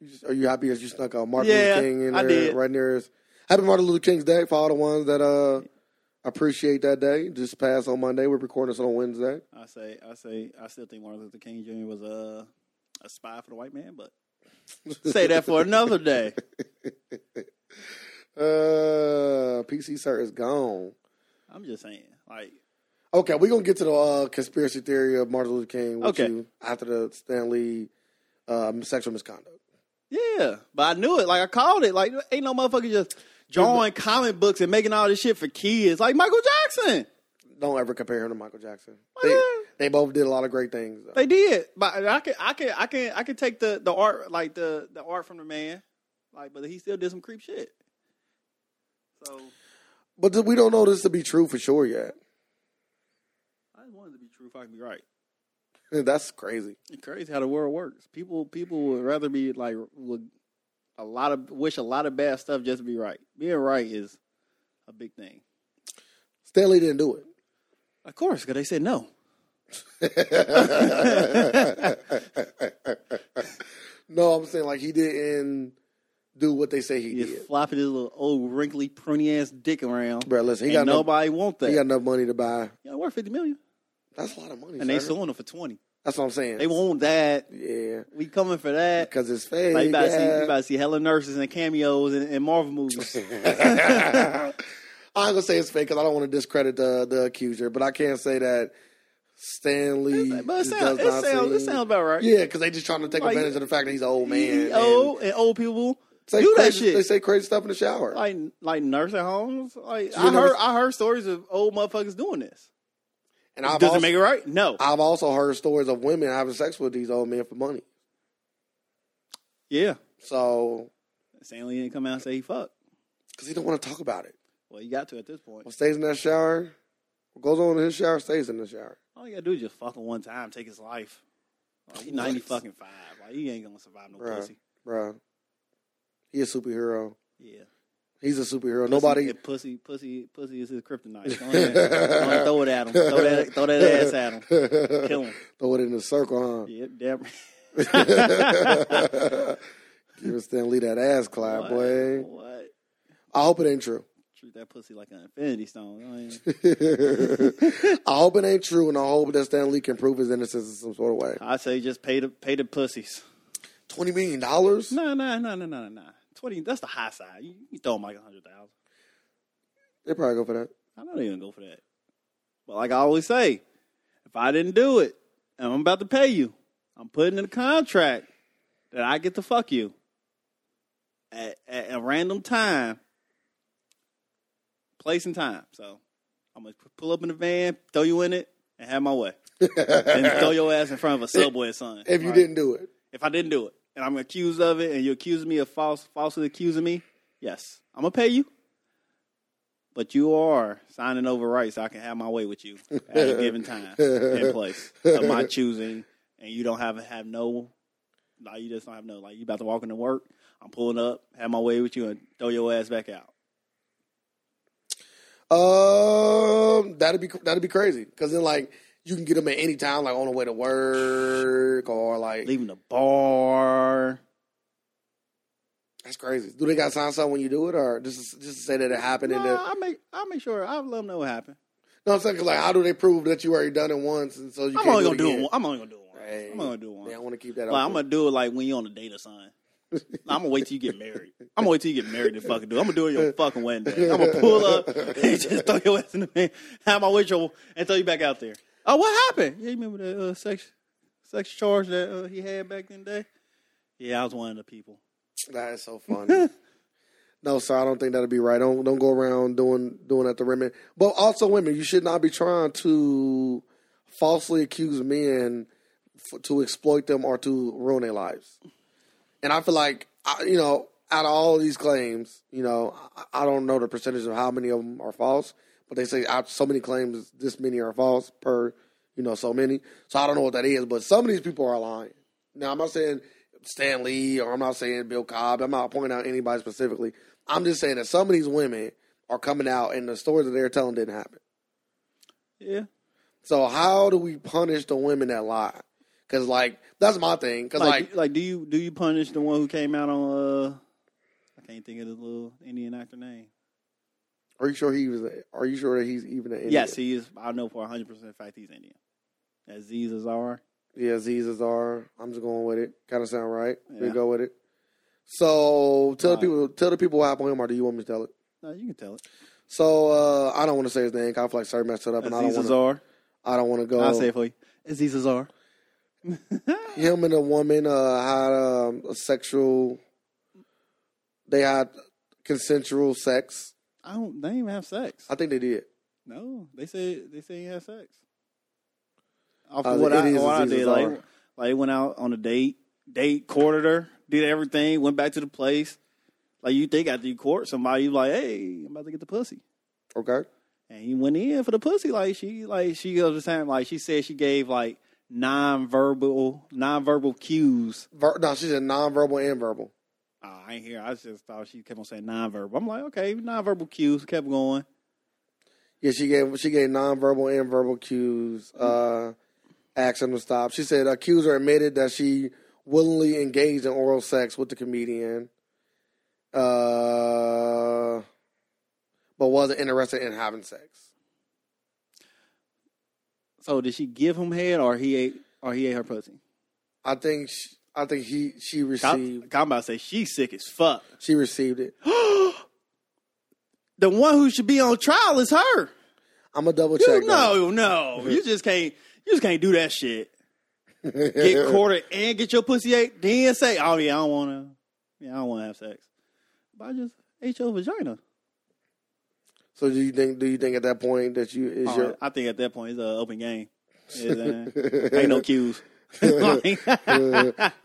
[SPEAKER 2] You just, are you happy that you snuck a Martin
[SPEAKER 1] Yeah,
[SPEAKER 2] Luther King in
[SPEAKER 1] I
[SPEAKER 2] there
[SPEAKER 1] did.
[SPEAKER 2] right near his? Happy Martin Luther King's Day for all the ones that uh appreciate that day. Just passed on Monday. We're recording this on Wednesday.
[SPEAKER 1] I say, I say, I still think Martin Luther King Jr. was a a spy for the white man, but say that for another day.
[SPEAKER 2] Uh, PC sir is gone.
[SPEAKER 1] I'm just saying, like,
[SPEAKER 2] Okay, we're gonna get to the uh, conspiracy theory of Martin Luther King. With
[SPEAKER 1] Okay.
[SPEAKER 2] you after the Stanley um, sexual misconduct.
[SPEAKER 1] Yeah, but I knew it. Like I called it. Like ain't no motherfucker just drawing comic books and making all this shit for kids. Like Michael Jackson,
[SPEAKER 2] Don't ever compare him to Michael Jackson.
[SPEAKER 1] Why
[SPEAKER 2] They,
[SPEAKER 1] not?
[SPEAKER 2] they both did a lot of great things. Though.
[SPEAKER 1] they did. But I can, I can, I can, I can take the the art, like the the art from the man. Like, but he still did some creep shit. So
[SPEAKER 2] But th- we don't know this to be true for sure yet.
[SPEAKER 1] I just wanted to be true. If I can be right,
[SPEAKER 2] That's crazy.
[SPEAKER 1] it's crazy how the world works. People, people would rather be like would a lot of wish a lot of bad stuff just to be right. Being right is a big thing.
[SPEAKER 2] Stanley didn't do it.
[SPEAKER 1] Of course, because they said no.
[SPEAKER 2] No, I'm saying like he didn't do what they say he
[SPEAKER 1] He's
[SPEAKER 2] did.
[SPEAKER 1] flopping his little old wrinkly pruny ass dick around.
[SPEAKER 2] Bro, listen, he
[SPEAKER 1] Ain't
[SPEAKER 2] got no,
[SPEAKER 1] nobody want that.
[SPEAKER 2] he
[SPEAKER 1] He
[SPEAKER 2] got enough money to buy.
[SPEAKER 1] worth fifty million,
[SPEAKER 2] That's a lot of money.
[SPEAKER 1] and they
[SPEAKER 2] sir.
[SPEAKER 1] suing him for twenty.
[SPEAKER 2] That's what I'm saying.
[SPEAKER 1] They want that.
[SPEAKER 2] yeah,
[SPEAKER 1] We coming for that.
[SPEAKER 2] because it's fake.
[SPEAKER 1] Like you about, to see, you
[SPEAKER 2] yeah.
[SPEAKER 1] about to see hella nurses and cameos and, and Marvel movies.
[SPEAKER 2] I'm gonna say it's fake because I don't want to discredit the the accuser, but I can't say that Stanley.
[SPEAKER 1] but it
[SPEAKER 2] just
[SPEAKER 1] sounds
[SPEAKER 2] does
[SPEAKER 1] it
[SPEAKER 2] not
[SPEAKER 1] sounds it
[SPEAKER 2] seem-
[SPEAKER 1] sounds about right.
[SPEAKER 2] Yeah, because they just trying to take
[SPEAKER 1] Like,
[SPEAKER 2] advantage of the fact that he's an old man. and
[SPEAKER 1] old and old people
[SPEAKER 2] say
[SPEAKER 1] do that
[SPEAKER 2] crazy-
[SPEAKER 1] shit.
[SPEAKER 2] They say crazy stuff in the shower.
[SPEAKER 1] like like nursing homes. Like
[SPEAKER 2] you
[SPEAKER 1] I
[SPEAKER 2] never-
[SPEAKER 1] heard I heard stories of old motherfuckers doing this.
[SPEAKER 2] and I've
[SPEAKER 1] Doesn't
[SPEAKER 2] also,
[SPEAKER 1] make it right. No.
[SPEAKER 2] I've also heard stories of women having sex with these old men for money.
[SPEAKER 1] yeah.
[SPEAKER 2] So
[SPEAKER 1] Stanley didn't come out and say he fucked.
[SPEAKER 2] because he don't want to talk about it.
[SPEAKER 1] Well, you got to at this point.
[SPEAKER 2] What stays in that shower, what goes on in his shower stays in the shower.
[SPEAKER 1] All you gotta do is just fuck him one time, take his life. Like, you ninety
[SPEAKER 2] What?
[SPEAKER 1] fucking five. Like you ain't gonna survive no
[SPEAKER 2] Bruh.
[SPEAKER 1] pussy.
[SPEAKER 2] bro. He a superhero.
[SPEAKER 1] Yeah. Pussy-
[SPEAKER 2] He's a superhero. Nobody.
[SPEAKER 1] and pussy, pussy, pussy is his kryptonite. Don't, don't throw it at him. Throw that, throw that ass at him. Kill him.
[SPEAKER 2] Throw it in the circle,
[SPEAKER 1] Yeah, damn.
[SPEAKER 2] huh? Give Stan Lee that ass clap,
[SPEAKER 1] What?
[SPEAKER 2] boy.
[SPEAKER 1] What?
[SPEAKER 2] I hope it ain't true.
[SPEAKER 1] Treat that pussy like an infinity stone. I mean,
[SPEAKER 2] I hope it ain't true, and I hope that Stan Lee can prove his innocence in some sort of way.
[SPEAKER 1] I say just pay the pay the pussies.
[SPEAKER 2] Twenty million dollars?
[SPEAKER 1] No, no, no, no, no, no, no. Twenty. That's the high side. You, you throw them like a hundred thousand.
[SPEAKER 2] They probably go for that.
[SPEAKER 1] I don't even go for that. But like I always say, if I didn't do it and I'm about to pay you, I'm putting in a contract that I get to fuck you at, at a random time, place and time. So I'm gonna pull up in the van, throw you in it, and have my way. and throw your ass in front of a subway or something.
[SPEAKER 2] If you
[SPEAKER 1] Like,
[SPEAKER 2] didn't do it,
[SPEAKER 1] if I didn't do it, and I'm accused of it, and you accuse me of false, falsely accusing me, yes, I'm gonna pay you. But you are signing over rights. I can have my way with you at a given time and place of my choosing, and you don't have have no, like you just don't have no. Like you about to walk into work, I'm pulling up, have my way with you, and throw your ass back out.
[SPEAKER 2] um, that'd be that'd be crazy. Because then, like, you can get them at any time, like on the way to work or like
[SPEAKER 1] Leaving the bar.
[SPEAKER 2] That's crazy. Do they got to sign something when you do it, or just just to say that it happened? And then,
[SPEAKER 1] Nah, I make I make sure I let them know what happened.
[SPEAKER 2] no, I'm saying 'cause, like, how do they prove that you already done it once, and so you
[SPEAKER 1] I'm
[SPEAKER 2] can't
[SPEAKER 1] only
[SPEAKER 2] do
[SPEAKER 1] gonna
[SPEAKER 2] it
[SPEAKER 1] do it.
[SPEAKER 2] again?
[SPEAKER 1] one- I'm only gonna do it. once.
[SPEAKER 2] Right.
[SPEAKER 1] I'm only gonna do it. once.
[SPEAKER 2] Yeah, I want to keep that.
[SPEAKER 1] Like, I'm
[SPEAKER 2] open.
[SPEAKER 1] gonna do it like when you on a date or something. Nah, I'm gonna wait till you get married. I'm gonna wait till you get married to fucking do. it. I'm gonna do it your fucking wedding day. I'm gonna pull up and just throw your ass in the van, have my wait your and throw you back out there. Oh, what happened? Yeah, you remember that uh, sex sex charge that uh, he had back in the day? Yeah, I was one of the people.
[SPEAKER 2] That is so funny. no, sir, I don't think that'd be right. Don't don't go around doing doing that to women. But also, women, you should not be trying to falsely accuse men f- to exploit them or to ruin their lives. And I feel like I, you know, out of all these claims, you know, I, I don't know the percentage of how many of them are false, but they say out so many claims, this many are false per you know so many. So I don't know what that is, but some of these people are lying. Now I'm not saying Stan Lee or I'm not saying Bill Cobb. I'm not pointing out anybody specifically. I'm just saying that some of these women are coming out and the stories that they're telling didn't happen.
[SPEAKER 1] Yeah,
[SPEAKER 2] So how do we punish the women that lie? Because like that's my thing. Because
[SPEAKER 1] like,
[SPEAKER 2] like,
[SPEAKER 1] like, do you do you punish the one who came out on? uh I can't think of the little Indian actor name.
[SPEAKER 2] are you sure he was? a- Are you sure that he's even an Indian?
[SPEAKER 1] Yes, he is. I know for 100 percent fact he's Indian. Aziz Azar.
[SPEAKER 2] Yeah, Aziz Azar. I'm just going with it. Kind of sound right. We
[SPEAKER 1] Yeah.
[SPEAKER 2] go with it. So tell the
[SPEAKER 1] Right.
[SPEAKER 2] people, tell the people what happened to him, or do you want me to tell it?
[SPEAKER 1] No, you can tell it.
[SPEAKER 2] So uh, I don't want to say his name. 'cause I feel like Sir messed it up, and I don't
[SPEAKER 1] Aziz
[SPEAKER 2] want to.
[SPEAKER 1] Azar.
[SPEAKER 2] I don't want to go.
[SPEAKER 1] I'll say it for you. Aziz Azar.
[SPEAKER 2] him and a woman uh, had um, a sexual. They had consensual sex.
[SPEAKER 1] I don't. They didn't even have sex.
[SPEAKER 2] I think they did.
[SPEAKER 1] No, they said they said he had sex. Off
[SPEAKER 2] Uh,
[SPEAKER 1] of what
[SPEAKER 2] it
[SPEAKER 1] I,
[SPEAKER 2] is
[SPEAKER 1] what I
[SPEAKER 2] Aziz
[SPEAKER 1] did,
[SPEAKER 2] Ansari.
[SPEAKER 1] like, like they went out on a date, date courted her, did everything, went back to the place. Like you think after you court somebody, you like, hey, I'm about to get the pussy,
[SPEAKER 2] Okay.
[SPEAKER 1] and he went in for the pussy. Like she, like she goes the same. Like she said, she gave like non-verbal, non-verbal cues.
[SPEAKER 2] Ver- no, she said nonverbal and verbal.
[SPEAKER 1] Oh, I ain't hear. I just thought she kept on saying non-verbal. I'm like, okay, non-verbal cues. Kept going.
[SPEAKER 2] Yeah, she gave she gave nonverbal and verbal cues.
[SPEAKER 1] Mm-hmm.
[SPEAKER 2] Uh, asked him to stop. She said accuser admitted that she willingly engaged in oral sex with the comedian, uh, but wasn't interested in having sex.
[SPEAKER 1] So did she give him head or he ate or he ate her pussy?
[SPEAKER 2] I think sh I think he she
[SPEAKER 1] I'm
[SPEAKER 2] received
[SPEAKER 1] I'm about to say she's sick as fuck.
[SPEAKER 2] she received it.
[SPEAKER 1] The one who should be on trial is her.
[SPEAKER 2] I'm gonna double
[SPEAKER 1] You,
[SPEAKER 2] check.
[SPEAKER 1] no,
[SPEAKER 2] though.
[SPEAKER 1] no, you just can't. You just can't do that shit. Get quartered and get your pussy ate. Then say, "Oh yeah, I don't want to. Yeah, I don't want to have sex." But I just ate your vagina.
[SPEAKER 2] So do you think do you think at that point that you is
[SPEAKER 1] Oh,
[SPEAKER 2] your
[SPEAKER 1] I think at that point it's an open game. You know what I'm saying? ain't no cues. Like,
[SPEAKER 2] you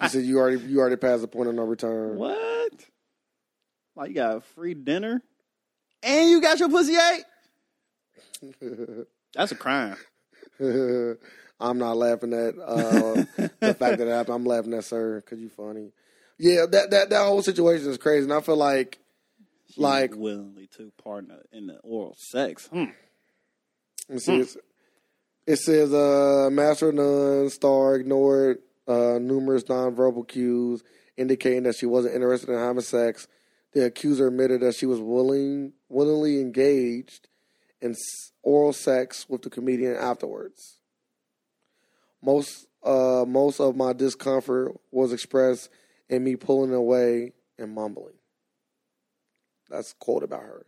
[SPEAKER 2] said you already you already passed the point of no return.
[SPEAKER 1] what? Like you got a free dinner, and you got your pussy ate. That's a crime.
[SPEAKER 2] I I'm not laughing at uh, the fact that it happened. I'm laughing at sir because you funny. Yeah, that that that whole situation is crazy, and I feel like
[SPEAKER 1] She
[SPEAKER 2] Like-
[SPEAKER 1] willingly took part in the, in the oral sex. Hmm.
[SPEAKER 2] let me see, it's, it says uh, master of none star ignored uh, numerous nonverbal cues indicating that she wasn't interested in having sex. The accuser admitted that she was willing willingly engaged in s- oral sex with the comedian afterwards. Most uh, most of my discomfort was expressed in me pulling away and mumbling. That's a quote about her.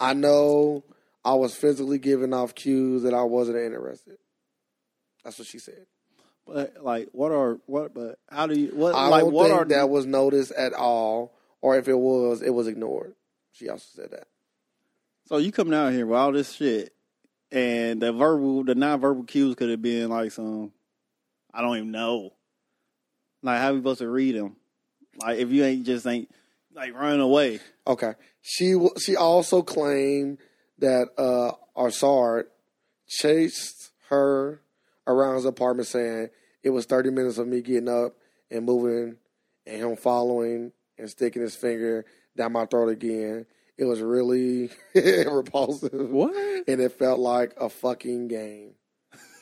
[SPEAKER 2] I know I was physically giving off cues that I wasn't interested. That's what she said.
[SPEAKER 1] But like, what are what? But how do you? What
[SPEAKER 2] I
[SPEAKER 1] like
[SPEAKER 2] don't
[SPEAKER 1] what
[SPEAKER 2] think
[SPEAKER 1] are
[SPEAKER 2] that was noticed at all, or if it was, it was ignored. She also said that.
[SPEAKER 1] So you coming out here with all this shit, and the verbal, the non-verbal cues could have been like some, I don't even know. Like how we supposed to read them? Like if you ain't just ain't like running away.
[SPEAKER 2] Okay. She w- she also claimed that uh, Arsard chased her around his apartment, saying it was thirty minutes of me getting up and moving, and him following and sticking his finger down my throat again. It was really repulsive.
[SPEAKER 1] What?
[SPEAKER 2] and it felt like a fucking game.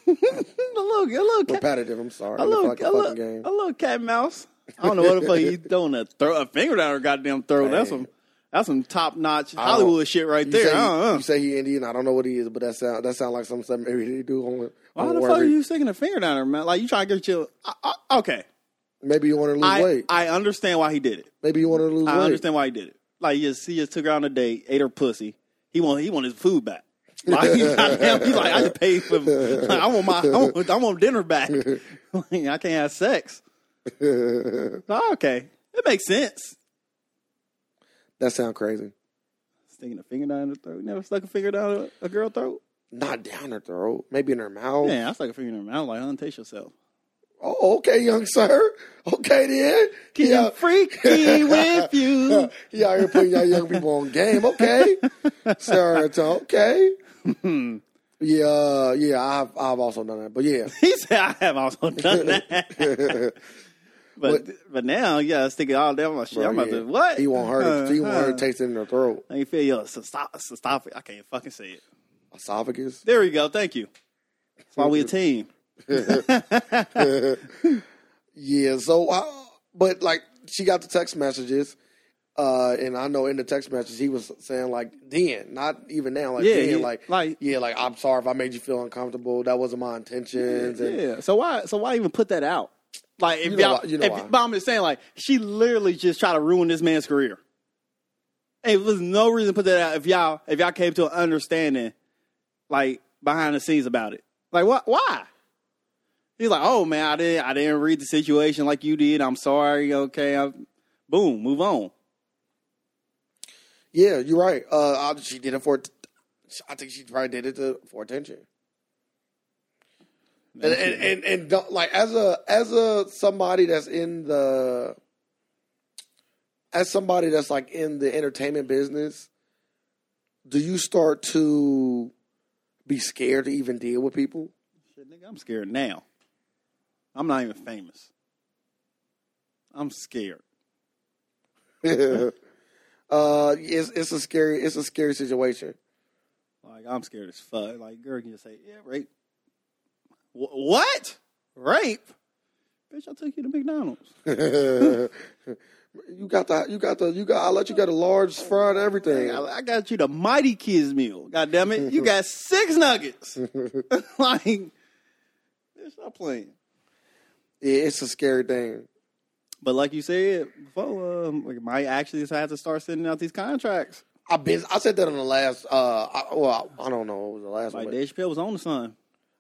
[SPEAKER 1] a little, a little, cat,
[SPEAKER 2] Repetitive. I'm sorry.
[SPEAKER 1] a
[SPEAKER 2] It
[SPEAKER 1] little, oh.
[SPEAKER 2] felt like
[SPEAKER 1] a
[SPEAKER 2] a fucking
[SPEAKER 1] little,
[SPEAKER 2] game.
[SPEAKER 1] a little cat and mouse. I don't know what the fuck you throwing a throw a finger down her goddamn throat. That's
[SPEAKER 2] Dang.
[SPEAKER 1] some, that's some top notch
[SPEAKER 2] don't-
[SPEAKER 1] Hollywood shit right
[SPEAKER 2] You
[SPEAKER 1] there. uh,
[SPEAKER 2] say, he,
[SPEAKER 1] uh.
[SPEAKER 2] you say he Indian. I don't know what he is, but that sound that sound like something some- maybe they do on.
[SPEAKER 1] Why
[SPEAKER 2] on
[SPEAKER 1] the
[SPEAKER 2] Word
[SPEAKER 1] fuck are
[SPEAKER 2] Week.
[SPEAKER 1] you sticking a finger down her man? Like you trying to get your I, I, okay.
[SPEAKER 2] Maybe you want to lose
[SPEAKER 1] I,
[SPEAKER 2] weight.
[SPEAKER 1] I understand why he did it.
[SPEAKER 2] maybe you want to lose
[SPEAKER 1] I
[SPEAKER 2] weight.
[SPEAKER 1] understand why he did it. Like he just, he just took her on a date, ate her pussy. He want he want his food back. Like, he, goddamn, he's like, I just paid for. Like, I want my I want, I want dinner back. Like, I can't have sex. Oh, okay, it makes sense.
[SPEAKER 2] That sound crazy.
[SPEAKER 1] Sticking a finger down her throat. You never stuck a finger down a, a girl's throat.
[SPEAKER 2] Not down her throat. Maybe in her mouth.
[SPEAKER 1] Yeah, I stuck a finger in her mouth. Like, untaste yourself.
[SPEAKER 2] Oh, okay, young sir. Okay then.
[SPEAKER 1] Get
[SPEAKER 2] yeah.
[SPEAKER 1] freaky with you.
[SPEAKER 2] Yeah, out here putting y'all young people on game. Okay, sir. It's okay.
[SPEAKER 1] Hmm.
[SPEAKER 2] yeah, yeah. I've I've also done that, but yeah.
[SPEAKER 1] He said, I have also done that. but but now, yeah, stick it all down my shit.
[SPEAKER 2] Bro,
[SPEAKER 1] I'm about
[SPEAKER 2] yeah.
[SPEAKER 1] to, what?
[SPEAKER 2] He won't hurt.
[SPEAKER 1] Uh,
[SPEAKER 2] he won't
[SPEAKER 1] uh,
[SPEAKER 2] hurt tasting in her throat.
[SPEAKER 1] I can feel your esophagus. I can't fucking say it.
[SPEAKER 2] Esophagus.
[SPEAKER 1] There we go. Thank you. That's why we a team.
[SPEAKER 2] Yeah. So, I, but like, she got the text messages, uh, and I know in the text messages he was saying like, "Then, not even now, like,
[SPEAKER 1] Yeah,
[SPEAKER 2] then,
[SPEAKER 1] yeah,
[SPEAKER 2] like,
[SPEAKER 1] like-
[SPEAKER 2] yeah, like, I'm sorry if I made you feel uncomfortable. That wasn't my intentions." and
[SPEAKER 1] Yeah. So why? So why even put that out? Like if
[SPEAKER 2] You
[SPEAKER 1] you
[SPEAKER 2] know
[SPEAKER 1] all
[SPEAKER 2] why- you know
[SPEAKER 1] if,
[SPEAKER 2] why.
[SPEAKER 1] but I'm just saying, like she literally just tried to ruin this man's career. And there was no reason to put that out if y'all if y'all came to an understanding, like behind the scenes about it. Like what? Why? He's like, oh man, I didn't I didn't read the situation like you did. I'm sorry. Okay, I'm, boom, move on.
[SPEAKER 2] Yeah, you're right. Uh, I, she did it for. I think she probably did it to, for attention. And and, and and don't like as a as a somebody that's in the as somebody that's like in the entertainment business, do you start to be scared to even deal with people?
[SPEAKER 1] Shit, nigga, I'm scared now. I'm not even famous. I'm scared.
[SPEAKER 2] uh, it's it's a scary it's a scary situation.
[SPEAKER 1] Like I'm scared as fuck. Like girl can just say, "Yeah, rape." Wh- what? Rape? Bitch, I took you to McDonald's.
[SPEAKER 2] You got the you got the you got I let you get a large fry and everything.
[SPEAKER 1] I, I got you the Mighty Kids meal. God damn it, you got six nuggets. like, bitch, stop playing.
[SPEAKER 2] Yeah, it's a scary thing.
[SPEAKER 1] But like you said before, um, we might actually just have to start sending out these contracts.
[SPEAKER 2] I've been I said that on the last uh I, well I don't know it was the last
[SPEAKER 1] Like
[SPEAKER 2] one. but-
[SPEAKER 1] Dave Chappelle was on the sun,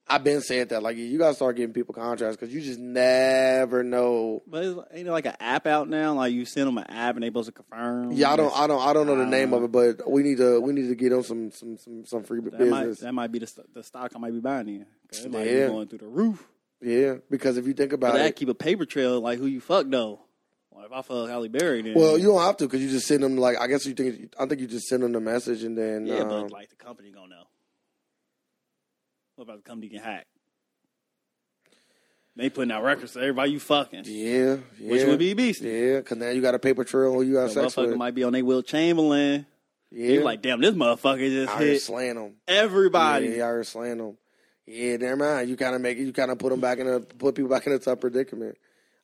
[SPEAKER 2] I've been saying that. Like, you gotta start giving people contracts because you just never know.
[SPEAKER 1] but it's, ain't there like an app out now? Like you send them an app and they supposed to confirm.
[SPEAKER 2] Yeah, I don't, I don't, I don't know the
[SPEAKER 1] I
[SPEAKER 2] name of it, but we need to, we need to get them some, some, some, some free
[SPEAKER 1] That might
[SPEAKER 2] business.
[SPEAKER 1] that might be the, st- the stock I might be buying in. 'Cause It might
[SPEAKER 2] Yeah.
[SPEAKER 1] be going through the roof.
[SPEAKER 2] yeah, because if you think about
[SPEAKER 1] But I
[SPEAKER 2] it,
[SPEAKER 1] keep a paper trail like who you fuck though. Like if I fuck Halle Berry, then
[SPEAKER 2] well, you don't have to because you just send them. Like, I guess you think, I think you just send them the message and then,
[SPEAKER 1] yeah,
[SPEAKER 2] um,
[SPEAKER 1] but like the company gonna know. What about the company get hacked? They putting out records to everybody you fucking,
[SPEAKER 2] Yeah, yeah.
[SPEAKER 1] which would be beastie.
[SPEAKER 2] Yeah, because now you got a paper trail who you have
[SPEAKER 1] That
[SPEAKER 2] sex
[SPEAKER 1] motherfucker
[SPEAKER 2] with.
[SPEAKER 1] might be on their Will Chamberlain.
[SPEAKER 2] yeah,
[SPEAKER 1] You're like, damn, this motherfucker just
[SPEAKER 2] I
[SPEAKER 1] hit
[SPEAKER 2] heard slaying them.
[SPEAKER 1] everybody.
[SPEAKER 2] Yeah, I heard slaying them. Yeah, never mind. You kind of make it. You kind of put them back in a put people back in a tough predicament.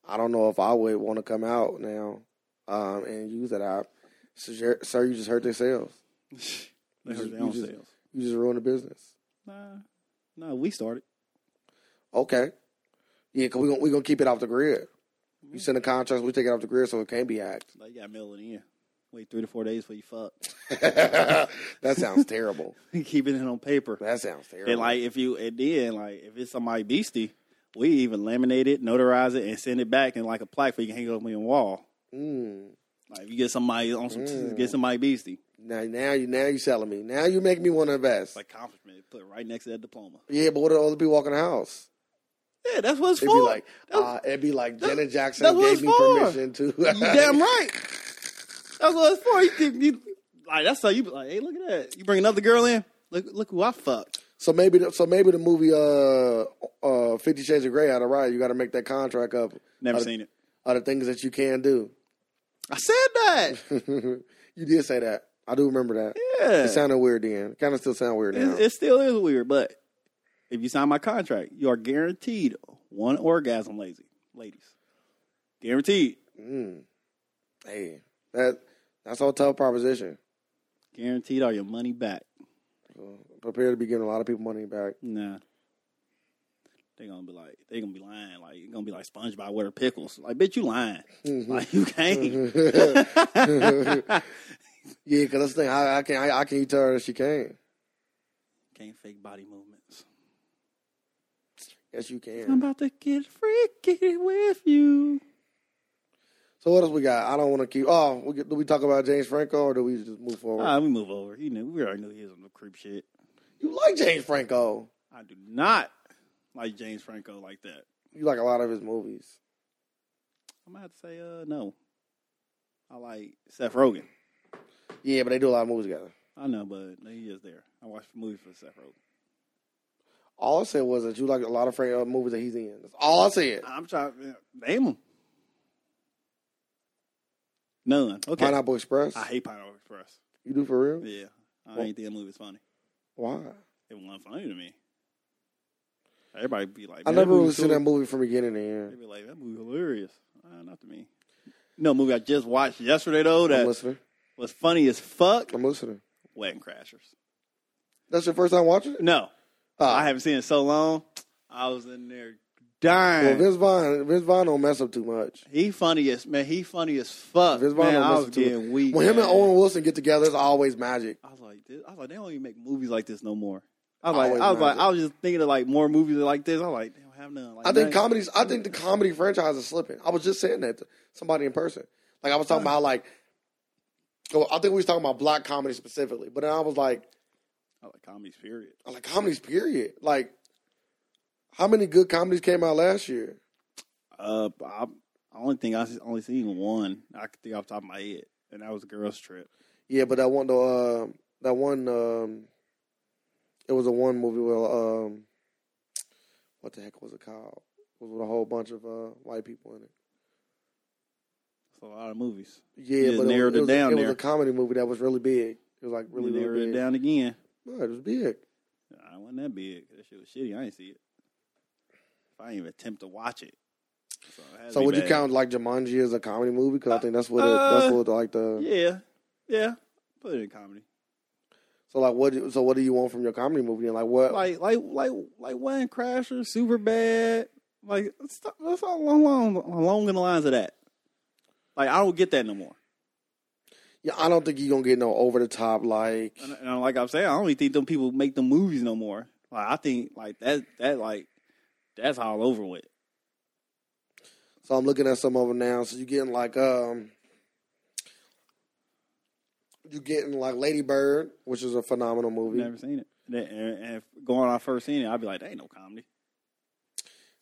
[SPEAKER 2] I don't know if I would want to come out now um, and use that app. Sir, sir, you just hurt their sales.
[SPEAKER 1] They hurt their
[SPEAKER 2] You
[SPEAKER 1] own
[SPEAKER 2] just-
[SPEAKER 1] sales.
[SPEAKER 2] You just ruined the business.
[SPEAKER 1] Nah, nah, we started.
[SPEAKER 2] Okay. Yeah, because we're going we gonna keep it off the grid. You send a contract, we take it off the grid so it can't be hacked.
[SPEAKER 1] Like, you got mail it in. Wait three to four days before you fuck.
[SPEAKER 2] that sounds terrible.
[SPEAKER 1] Keeping it on paper.
[SPEAKER 2] That sounds terrible.
[SPEAKER 1] And like if you and then like if it's somebody beastie, we even laminate it, notarize it, and send it back in like a plaque where you can hang it up on your wall.
[SPEAKER 2] mm.
[SPEAKER 1] Like if you get somebody on some get somebody beastie,
[SPEAKER 2] now, now you now you selling me. Now you make me want to invest.
[SPEAKER 1] it's like accomplishment. Put it right next to that diploma.
[SPEAKER 2] yeah, but what do all the people walking the house?
[SPEAKER 1] Yeah, that's what it's
[SPEAKER 2] It'd
[SPEAKER 1] for.
[SPEAKER 2] be like
[SPEAKER 1] that's,
[SPEAKER 2] uh, it'd be like Janet
[SPEAKER 1] that's
[SPEAKER 2] Jackson
[SPEAKER 1] what
[SPEAKER 2] gave
[SPEAKER 1] it's
[SPEAKER 2] me
[SPEAKER 1] for.
[SPEAKER 2] permission to.
[SPEAKER 1] you damn right. That's what it's for. You, think- you, like that's how you be like, hey, look at that. You bring another girl in. Look, look who I fucked.
[SPEAKER 2] So maybe the, so maybe the movie uh uh Fifty Shades of Grey out of right. You got to make that contract up.
[SPEAKER 1] Never
[SPEAKER 2] of,
[SPEAKER 1] seen it.
[SPEAKER 2] Of the things that you can do.
[SPEAKER 1] I said that.
[SPEAKER 2] you did say that. I do remember that.
[SPEAKER 1] Yeah,
[SPEAKER 2] It sounded weird then. Kind of still sound weird now.
[SPEAKER 1] It, it still is weird, but if you sign my contract, you are guaranteed one orgasm, lazy ladies. Guaranteed,
[SPEAKER 2] mm. Hey, that that's all tough proposition.
[SPEAKER 1] guaranteed, all your money back.
[SPEAKER 2] So prepare to be giving a lot of people money back.
[SPEAKER 1] Nah, they gonna be like, they gonna be lying, like you gonna be like SpongeBob with her pickles. Like, bitch, you lying. Like you can't.
[SPEAKER 2] Yeah, because that's the thing. I, I can I, I can tell her that she can.
[SPEAKER 1] can't fake body movements.
[SPEAKER 2] Yes, you can.
[SPEAKER 1] I'm about to get freaky with you.
[SPEAKER 2] So what else we got? I don't want to keep. Oh, we, get- do we talk about James Franco or do we just move forward?
[SPEAKER 1] Ah, we move over. You knew we already knew he was on the creep shit.
[SPEAKER 2] you like James Franco?
[SPEAKER 1] I do not like James Franco like that.
[SPEAKER 2] You like a lot of his movies.
[SPEAKER 1] I'm gonna have to say, uh, no. I like Seth Rogen.
[SPEAKER 2] Yeah, but they do a lot of movies together.
[SPEAKER 1] I know, but he is there. I watched the movie for Seth Rogen.
[SPEAKER 2] All I said was that you like a lot of Franco movies that he's in. That's all I said.
[SPEAKER 1] I'm trying to name him. None. Okay.
[SPEAKER 2] Pineapple Express.
[SPEAKER 1] I hate Pineapple Express.
[SPEAKER 2] you do for real?
[SPEAKER 1] Yeah, I
[SPEAKER 2] Well-
[SPEAKER 1] ain't think that movie's funny.
[SPEAKER 2] Why?
[SPEAKER 1] It wasn't funny to me. Everybody be like,
[SPEAKER 2] I
[SPEAKER 1] "Man, that
[SPEAKER 2] never really
[SPEAKER 1] movie's
[SPEAKER 2] seen
[SPEAKER 1] cool."
[SPEAKER 2] that movie from beginning to end.
[SPEAKER 1] They be like, that movie hilarious. Uh, not to me. No movie I just watched yesterday though
[SPEAKER 2] I'm
[SPEAKER 1] that
[SPEAKER 2] listening.
[SPEAKER 1] was funny as fuck.
[SPEAKER 2] I'm listening.
[SPEAKER 1] Wedding Crashers.
[SPEAKER 2] That's your first time watching it?
[SPEAKER 1] No,
[SPEAKER 2] Oh.
[SPEAKER 1] I haven't seen it so long. I was in there dying.
[SPEAKER 2] Well, Vince Vaughn, Vince Vaughn don't mess up too much.
[SPEAKER 1] he funny as man. He funny as fuck.
[SPEAKER 2] Vince Vaughn
[SPEAKER 1] man,
[SPEAKER 2] don't
[SPEAKER 1] I
[SPEAKER 2] mess
[SPEAKER 1] was
[SPEAKER 2] up too much.
[SPEAKER 1] getting weak.
[SPEAKER 2] When him and
[SPEAKER 1] man.
[SPEAKER 2] Owen Wilson get together, it's always magic.
[SPEAKER 1] I was like, this, I was like, they don't even make movies like this no more. I was like,
[SPEAKER 2] Always
[SPEAKER 1] I was like,
[SPEAKER 2] magic.
[SPEAKER 1] I was just thinking of like more movies like this. I was like, they don't have none. Like,
[SPEAKER 2] I think
[SPEAKER 1] none.
[SPEAKER 2] comedies. I think the comedy franchise is slipping. I was just saying that to somebody in person. Like I was talking about, like, oh, I think we was talking about black comedy specifically. But then I was like,
[SPEAKER 1] I like comedies. Period.
[SPEAKER 2] I like comedies. Period. Like, how many good comedies came out last year?
[SPEAKER 1] Uh, I, I only think I s- only seen one. I could think off the top of my head, and that was Girls Trip.
[SPEAKER 2] Yeah, but that one, the uh, that one, um, it was a one movie where, um, what the heck was it called? It was with a whole bunch of uh, white people in it.
[SPEAKER 1] It's a lot of movies.
[SPEAKER 2] Yeah,
[SPEAKER 1] just
[SPEAKER 2] but it was,
[SPEAKER 1] narrowed it
[SPEAKER 2] it was,
[SPEAKER 1] down
[SPEAKER 2] it was
[SPEAKER 1] there.
[SPEAKER 2] a comedy movie that was really big. It was like really,
[SPEAKER 1] Really
[SPEAKER 2] really
[SPEAKER 1] narrowed
[SPEAKER 2] big.
[SPEAKER 1] it down again.
[SPEAKER 2] No, it was big.
[SPEAKER 1] I wasn't that big. That shit was shitty. I didn't see it. If I didn't even attempt to watch it. So, it had to
[SPEAKER 2] So
[SPEAKER 1] be
[SPEAKER 2] would
[SPEAKER 1] bad.
[SPEAKER 2] you count like Jumanji as a comedy movie? Because I think that's what it,
[SPEAKER 1] Uh,
[SPEAKER 2] that's what like the
[SPEAKER 1] Yeah, yeah. Put it in comedy.
[SPEAKER 2] so like what do- so what do you want from your comedy movie? And like what
[SPEAKER 1] Like, like, like, like Wedding Crasher, Super Bad. Like, stuff- that's all along, along, along in the lines of that. Like, I don't get that no more.
[SPEAKER 2] yeah, I don't think you're gonna get no over the top like
[SPEAKER 1] And, and like I'm saying, I don't even think them people make them movies no more. Like, I think like that, that like, that's all over with.
[SPEAKER 2] so I'm looking at some of them now. So you're getting like um you getting like Lady Bird, which is a phenomenal movie.
[SPEAKER 1] Never seen it. And, and, and if going on, I first seen it, I'd be like, that ain't no comedy.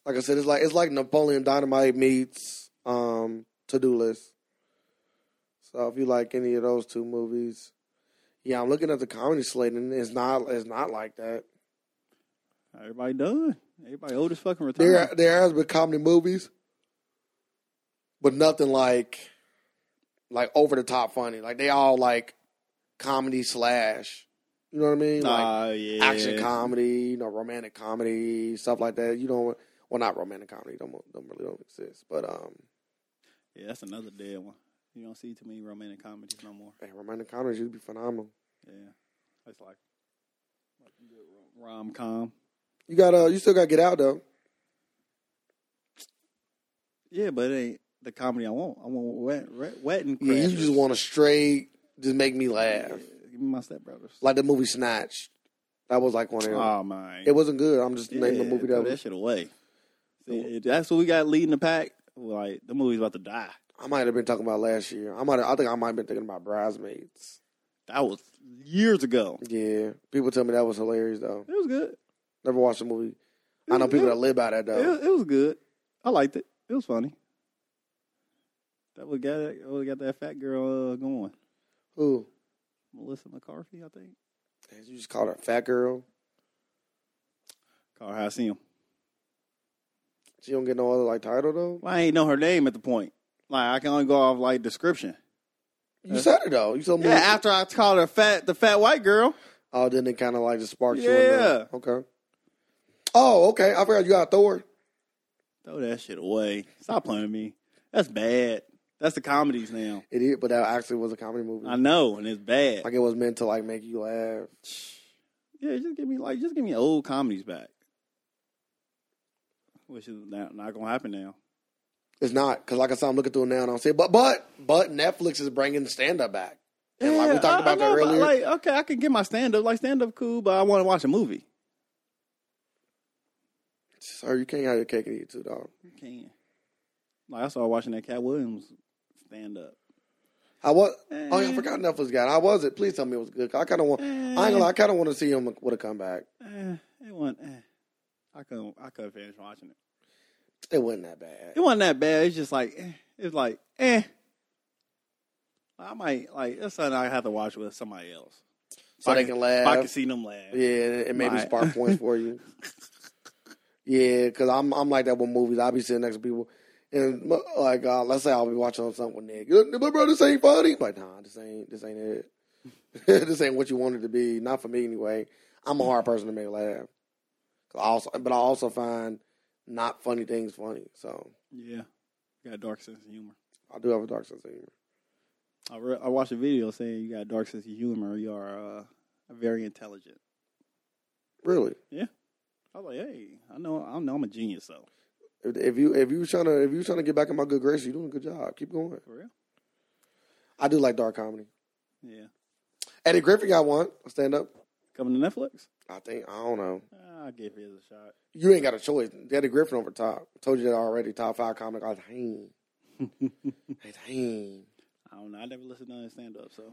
[SPEAKER 2] Like I said, it's like it's like Napoleon Dynamite meets um to do list. So if you like any of those two movies, yeah, I'm looking at the comedy slate and it's not it's not like that.
[SPEAKER 1] Everybody done. Everybody old as fucking
[SPEAKER 2] There,
[SPEAKER 1] retired.
[SPEAKER 2] there has been comedy movies, but nothing like, like over the top funny. Like they all like comedy slash. You know what I mean? Like
[SPEAKER 1] Ah, yeah.
[SPEAKER 2] action comedy, you know, romantic comedy, stuff like that. You don't. Well, not romantic comedy. Don't don't really don't exist. But um,
[SPEAKER 1] Yeah, that's another dead one. You don't see too many romantic comedies no more.
[SPEAKER 2] man, romantic comedies used to be phenomenal.
[SPEAKER 1] Yeah, it's like rom com.
[SPEAKER 2] You got uh, you still got to get out though.
[SPEAKER 1] Yeah, but it ain't the comedy I want. I want wet, wet, wet and
[SPEAKER 2] Yeah, you
[SPEAKER 1] Crashers.
[SPEAKER 2] just want to straight, just make me
[SPEAKER 1] Yeah,
[SPEAKER 2] laugh.
[SPEAKER 1] Give me my stepbrothers.
[SPEAKER 2] Like the movie Snatch. That was like one of them.
[SPEAKER 1] oh my,
[SPEAKER 2] it wasn't good. I'm just
[SPEAKER 1] Yeah,
[SPEAKER 2] naming the movie
[SPEAKER 1] throw
[SPEAKER 2] that
[SPEAKER 1] that
[SPEAKER 2] was.
[SPEAKER 1] shit away. See, if that's what we got leading the pack. Like the movie's about to die.
[SPEAKER 2] I might have been talking about last year. I might. I think I might have been thinking about Bridesmaids.
[SPEAKER 1] That was years ago.
[SPEAKER 2] Yeah, people tell me that was hilarious though.
[SPEAKER 1] It was good.
[SPEAKER 2] Never watched the movie. I know people that live by that though.
[SPEAKER 1] It, it was good. I liked it. It was funny. That would got it. would got that fat girl uh, going.
[SPEAKER 2] Who?
[SPEAKER 1] Melissa McCarthy, I think.
[SPEAKER 2] You just called her a fat girl.
[SPEAKER 1] Call her how I see him.
[SPEAKER 2] She don't get no other like title though.
[SPEAKER 1] Well, I ain't know her name at the point. Like I can only go off like description.
[SPEAKER 2] You said it though. You told me.
[SPEAKER 1] Yeah, after I called her fat, the fat white girl.
[SPEAKER 2] oh, then it kind of like just sparked you.
[SPEAKER 1] Yeah.
[SPEAKER 2] Yeah. Okay. Oh, okay. I forgot you got Thor.
[SPEAKER 1] Throw that shit away. Stop playing with me. That's bad. That's the comedies now.
[SPEAKER 2] It is, but that actually was a comedy movie.
[SPEAKER 1] I know, and it's bad.
[SPEAKER 2] Like it was meant to like make you laugh.
[SPEAKER 1] Yeah, just give me like just give me old comedies back. Which is not, not gonna happen now.
[SPEAKER 2] It's not because, like I said, I'm looking through it now and I'm saying, but but but Netflix is bringing stand up back. And like we talked
[SPEAKER 1] I- I
[SPEAKER 2] about that
[SPEAKER 1] know, but,
[SPEAKER 2] earlier,
[SPEAKER 1] Like, okay, I can get my stand up, like stand up cool, but I want to watch a movie.
[SPEAKER 2] sir, you can't have your cake and eat it too, dog.
[SPEAKER 1] You can. Like I started watching that Cat Williams stand up.
[SPEAKER 2] I was.
[SPEAKER 1] Eh.
[SPEAKER 2] Oh, yeah, I forgot Netflix got. it. I was it. Please tell me it was good. 'cause I kind of want. I ain't gonna. lie, I kind of want to see him with a comeback.
[SPEAKER 1] Eh, it wasn't. Eh. I couldn't. I couldn't finish watching it.
[SPEAKER 2] It wasn't that bad.
[SPEAKER 1] It wasn't that bad. It's just like eh, it's like eh. I might like that's something I have to watch with somebody else.
[SPEAKER 2] So
[SPEAKER 1] I
[SPEAKER 2] they
[SPEAKER 1] can-
[SPEAKER 2] can
[SPEAKER 1] If I can
[SPEAKER 2] laugh.
[SPEAKER 1] see them laugh.
[SPEAKER 2] Yeah, it it maybe
[SPEAKER 1] Right.
[SPEAKER 2] spark points for you. Yeah, because I'm I'm like that with movies. I be sitting next to people, and like uh, let's say I'll be watching something with Nick. But bro, this ain't funny. I'm like nah, this ain't this ain't it. this ain't what you wanted to be. Not for me anyway. I'm a hard person to make laugh. 'Cause I also, but I also find not funny things funny. So
[SPEAKER 1] Yeah, you got a dark sense of humor.
[SPEAKER 2] I do have a dark sense of humor.
[SPEAKER 1] I, re- I watched a video saying you got a dark sense of humor. You are uh, very intelligent.
[SPEAKER 2] Really,
[SPEAKER 1] I was like, hey, I know, I know, I'm a genius though.
[SPEAKER 2] if, if you if you trying to if you trying to get back in my good graces, you're doing a good job. Keep going.
[SPEAKER 1] For real?
[SPEAKER 2] I do like dark comedy.
[SPEAKER 1] Yeah.
[SPEAKER 2] Eddie Griffin got one stand up.
[SPEAKER 1] Coming to Netflix? Ah,
[SPEAKER 2] I think I don't know.
[SPEAKER 1] I'll give his a shot.
[SPEAKER 2] You ain't got a choice. Daddy Griffin over top. I told you that already. Top five comic. I was hang. hang.
[SPEAKER 1] I don't know. I never listened to his stand up, so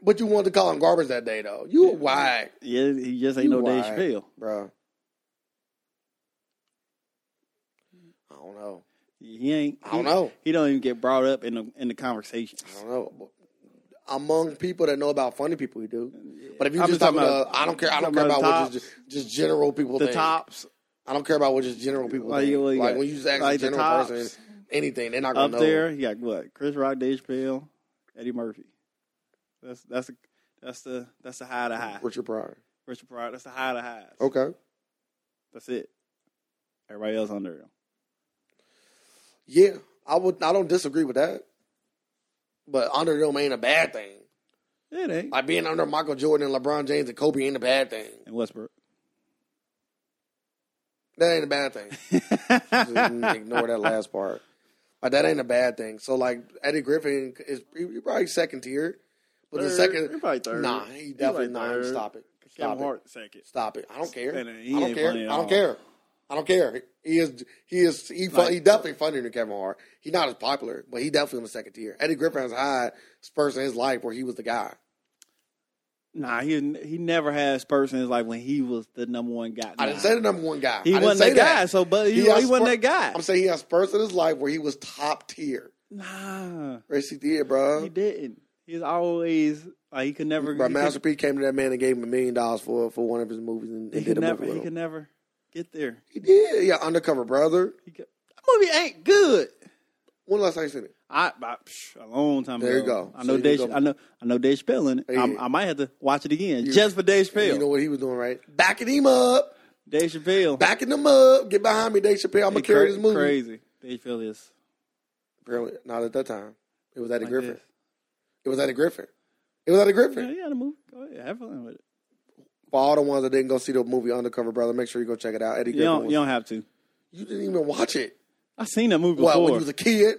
[SPEAKER 2] But you wanted to call him garbage that day though. You a whack,
[SPEAKER 1] yeah, he just ain't
[SPEAKER 2] You
[SPEAKER 1] no Dave
[SPEAKER 2] right.
[SPEAKER 1] Chappelle.
[SPEAKER 2] bro. I don't know.
[SPEAKER 1] He ain't.
[SPEAKER 2] I don't
[SPEAKER 1] he-
[SPEAKER 2] know.
[SPEAKER 1] He don't even get brought up in the in the conversations.
[SPEAKER 2] I don't know. Among people that know about funny people, you do. But if you
[SPEAKER 1] I'm just
[SPEAKER 2] just talking
[SPEAKER 1] talking
[SPEAKER 2] about, I don't care. I
[SPEAKER 1] talking
[SPEAKER 2] don't care
[SPEAKER 1] about
[SPEAKER 2] about what
[SPEAKER 1] the
[SPEAKER 2] just just general people.
[SPEAKER 1] The
[SPEAKER 2] think.
[SPEAKER 1] tops
[SPEAKER 2] I don't care about what just general people.
[SPEAKER 1] Like,
[SPEAKER 2] think.
[SPEAKER 1] what you
[SPEAKER 2] Like
[SPEAKER 1] got?
[SPEAKER 2] when you just ask
[SPEAKER 1] Like
[SPEAKER 2] a
[SPEAKER 1] the
[SPEAKER 2] general
[SPEAKER 1] tops.
[SPEAKER 2] person anything, they're not gonna
[SPEAKER 1] up
[SPEAKER 2] know.
[SPEAKER 1] there, you got what? Chris Rock, Dave Chappelle, Eddie Murphy. That's that's a, that's the that's the high to high.
[SPEAKER 2] Richard Pryor.
[SPEAKER 1] Richard Pryor. That's the high to high.
[SPEAKER 2] Okay.
[SPEAKER 1] That's it. Everybody else under him.
[SPEAKER 2] Yeah, I would. I don't disagree with that. But under them ain't a bad thing.
[SPEAKER 1] It ain't.
[SPEAKER 2] Like being under Michael Jordan and LeBron James and Kobe ain't a bad thing.
[SPEAKER 1] And Westbrook.
[SPEAKER 2] That ain't a bad thing. Just Ignore that last part. Like that ain't a bad thing. So like Eddie Griffin is you probably second tier, but the
[SPEAKER 1] Third. He
[SPEAKER 2] second
[SPEAKER 1] probably third.
[SPEAKER 2] nah, he definitely
[SPEAKER 1] like
[SPEAKER 2] not.
[SPEAKER 1] third.
[SPEAKER 2] Stop it.
[SPEAKER 1] Kevin
[SPEAKER 2] Stop it.
[SPEAKER 1] Hart second.
[SPEAKER 2] Stop it. I don't care. I
[SPEAKER 1] And he
[SPEAKER 2] don't
[SPEAKER 1] ain't
[SPEAKER 2] care. I
[SPEAKER 1] funny at all.
[SPEAKER 2] don't care. I don't care. He is. He is. He. Fun,
[SPEAKER 1] Like-
[SPEAKER 2] he definitely funnier than Kevin Hart. He's not as popular, but he definitely in the second tier. Eddie Griffin has had spurs in his life where he was the guy.
[SPEAKER 1] Nah, he he never had spurts in his life when he was the number one guy.
[SPEAKER 2] I
[SPEAKER 1] Nah.
[SPEAKER 2] didn't say the number one guy.
[SPEAKER 1] he
[SPEAKER 2] I didn't
[SPEAKER 1] wasn't
[SPEAKER 2] say
[SPEAKER 1] that guy. So, but he, he,
[SPEAKER 2] has
[SPEAKER 1] wasn't
[SPEAKER 2] spur-
[SPEAKER 1] that guy.
[SPEAKER 2] I'm saying he has spurs in his life where he was top tier.
[SPEAKER 1] nah,
[SPEAKER 2] Yes, he did, bro.
[SPEAKER 1] he didn't. He's always like he could never.
[SPEAKER 2] Bro,
[SPEAKER 1] he
[SPEAKER 2] Master
[SPEAKER 1] could,
[SPEAKER 2] P came to that man and gave him a million dollars for for one of his movies and,
[SPEAKER 1] he
[SPEAKER 2] and
[SPEAKER 1] could
[SPEAKER 2] did a
[SPEAKER 1] never.
[SPEAKER 2] movie with
[SPEAKER 1] He
[SPEAKER 2] him.
[SPEAKER 1] could never. get there.
[SPEAKER 2] He did. Yeah, Undercover Brother.
[SPEAKER 1] He got, that movie ain't good.
[SPEAKER 2] When last time you seen it?
[SPEAKER 1] I, I psh, a long time
[SPEAKER 2] There you
[SPEAKER 1] ago.
[SPEAKER 2] go.
[SPEAKER 1] I
[SPEAKER 2] So
[SPEAKER 1] know
[SPEAKER 2] you
[SPEAKER 1] Dave.
[SPEAKER 2] can go-
[SPEAKER 1] I know. I know Dave Chappelle in it.
[SPEAKER 2] Yeah.
[SPEAKER 1] I, I might have to watch it again just for Dave Chappelle.
[SPEAKER 2] You know what he was doing, right? Backing him up.
[SPEAKER 1] Dave Chappelle.
[SPEAKER 2] Backing him up. Get behind me, Dave Chappelle.
[SPEAKER 1] He
[SPEAKER 2] I'm going to carry
[SPEAKER 1] cra-
[SPEAKER 2] this movie.
[SPEAKER 1] Crazy. Dave Chappelle is
[SPEAKER 2] Apparently, not at that time. It was Eddie
[SPEAKER 1] like
[SPEAKER 2] Griffin.
[SPEAKER 1] this.
[SPEAKER 2] It was Eddie Griffin. It was Eddie Griffin.
[SPEAKER 1] Yeah, yeah, the movie. Go ahead, have fun with it.
[SPEAKER 2] For all the ones that didn't go see the movie Undercover Brother, make sure you go check it out. Eddie
[SPEAKER 1] You
[SPEAKER 2] Griffin.
[SPEAKER 1] don't,
[SPEAKER 2] was-
[SPEAKER 1] you don't have to.
[SPEAKER 2] you didn't even watch it.
[SPEAKER 1] I seen that movie
[SPEAKER 2] Well,
[SPEAKER 1] before. Mm-hmm.
[SPEAKER 2] when you was a kid,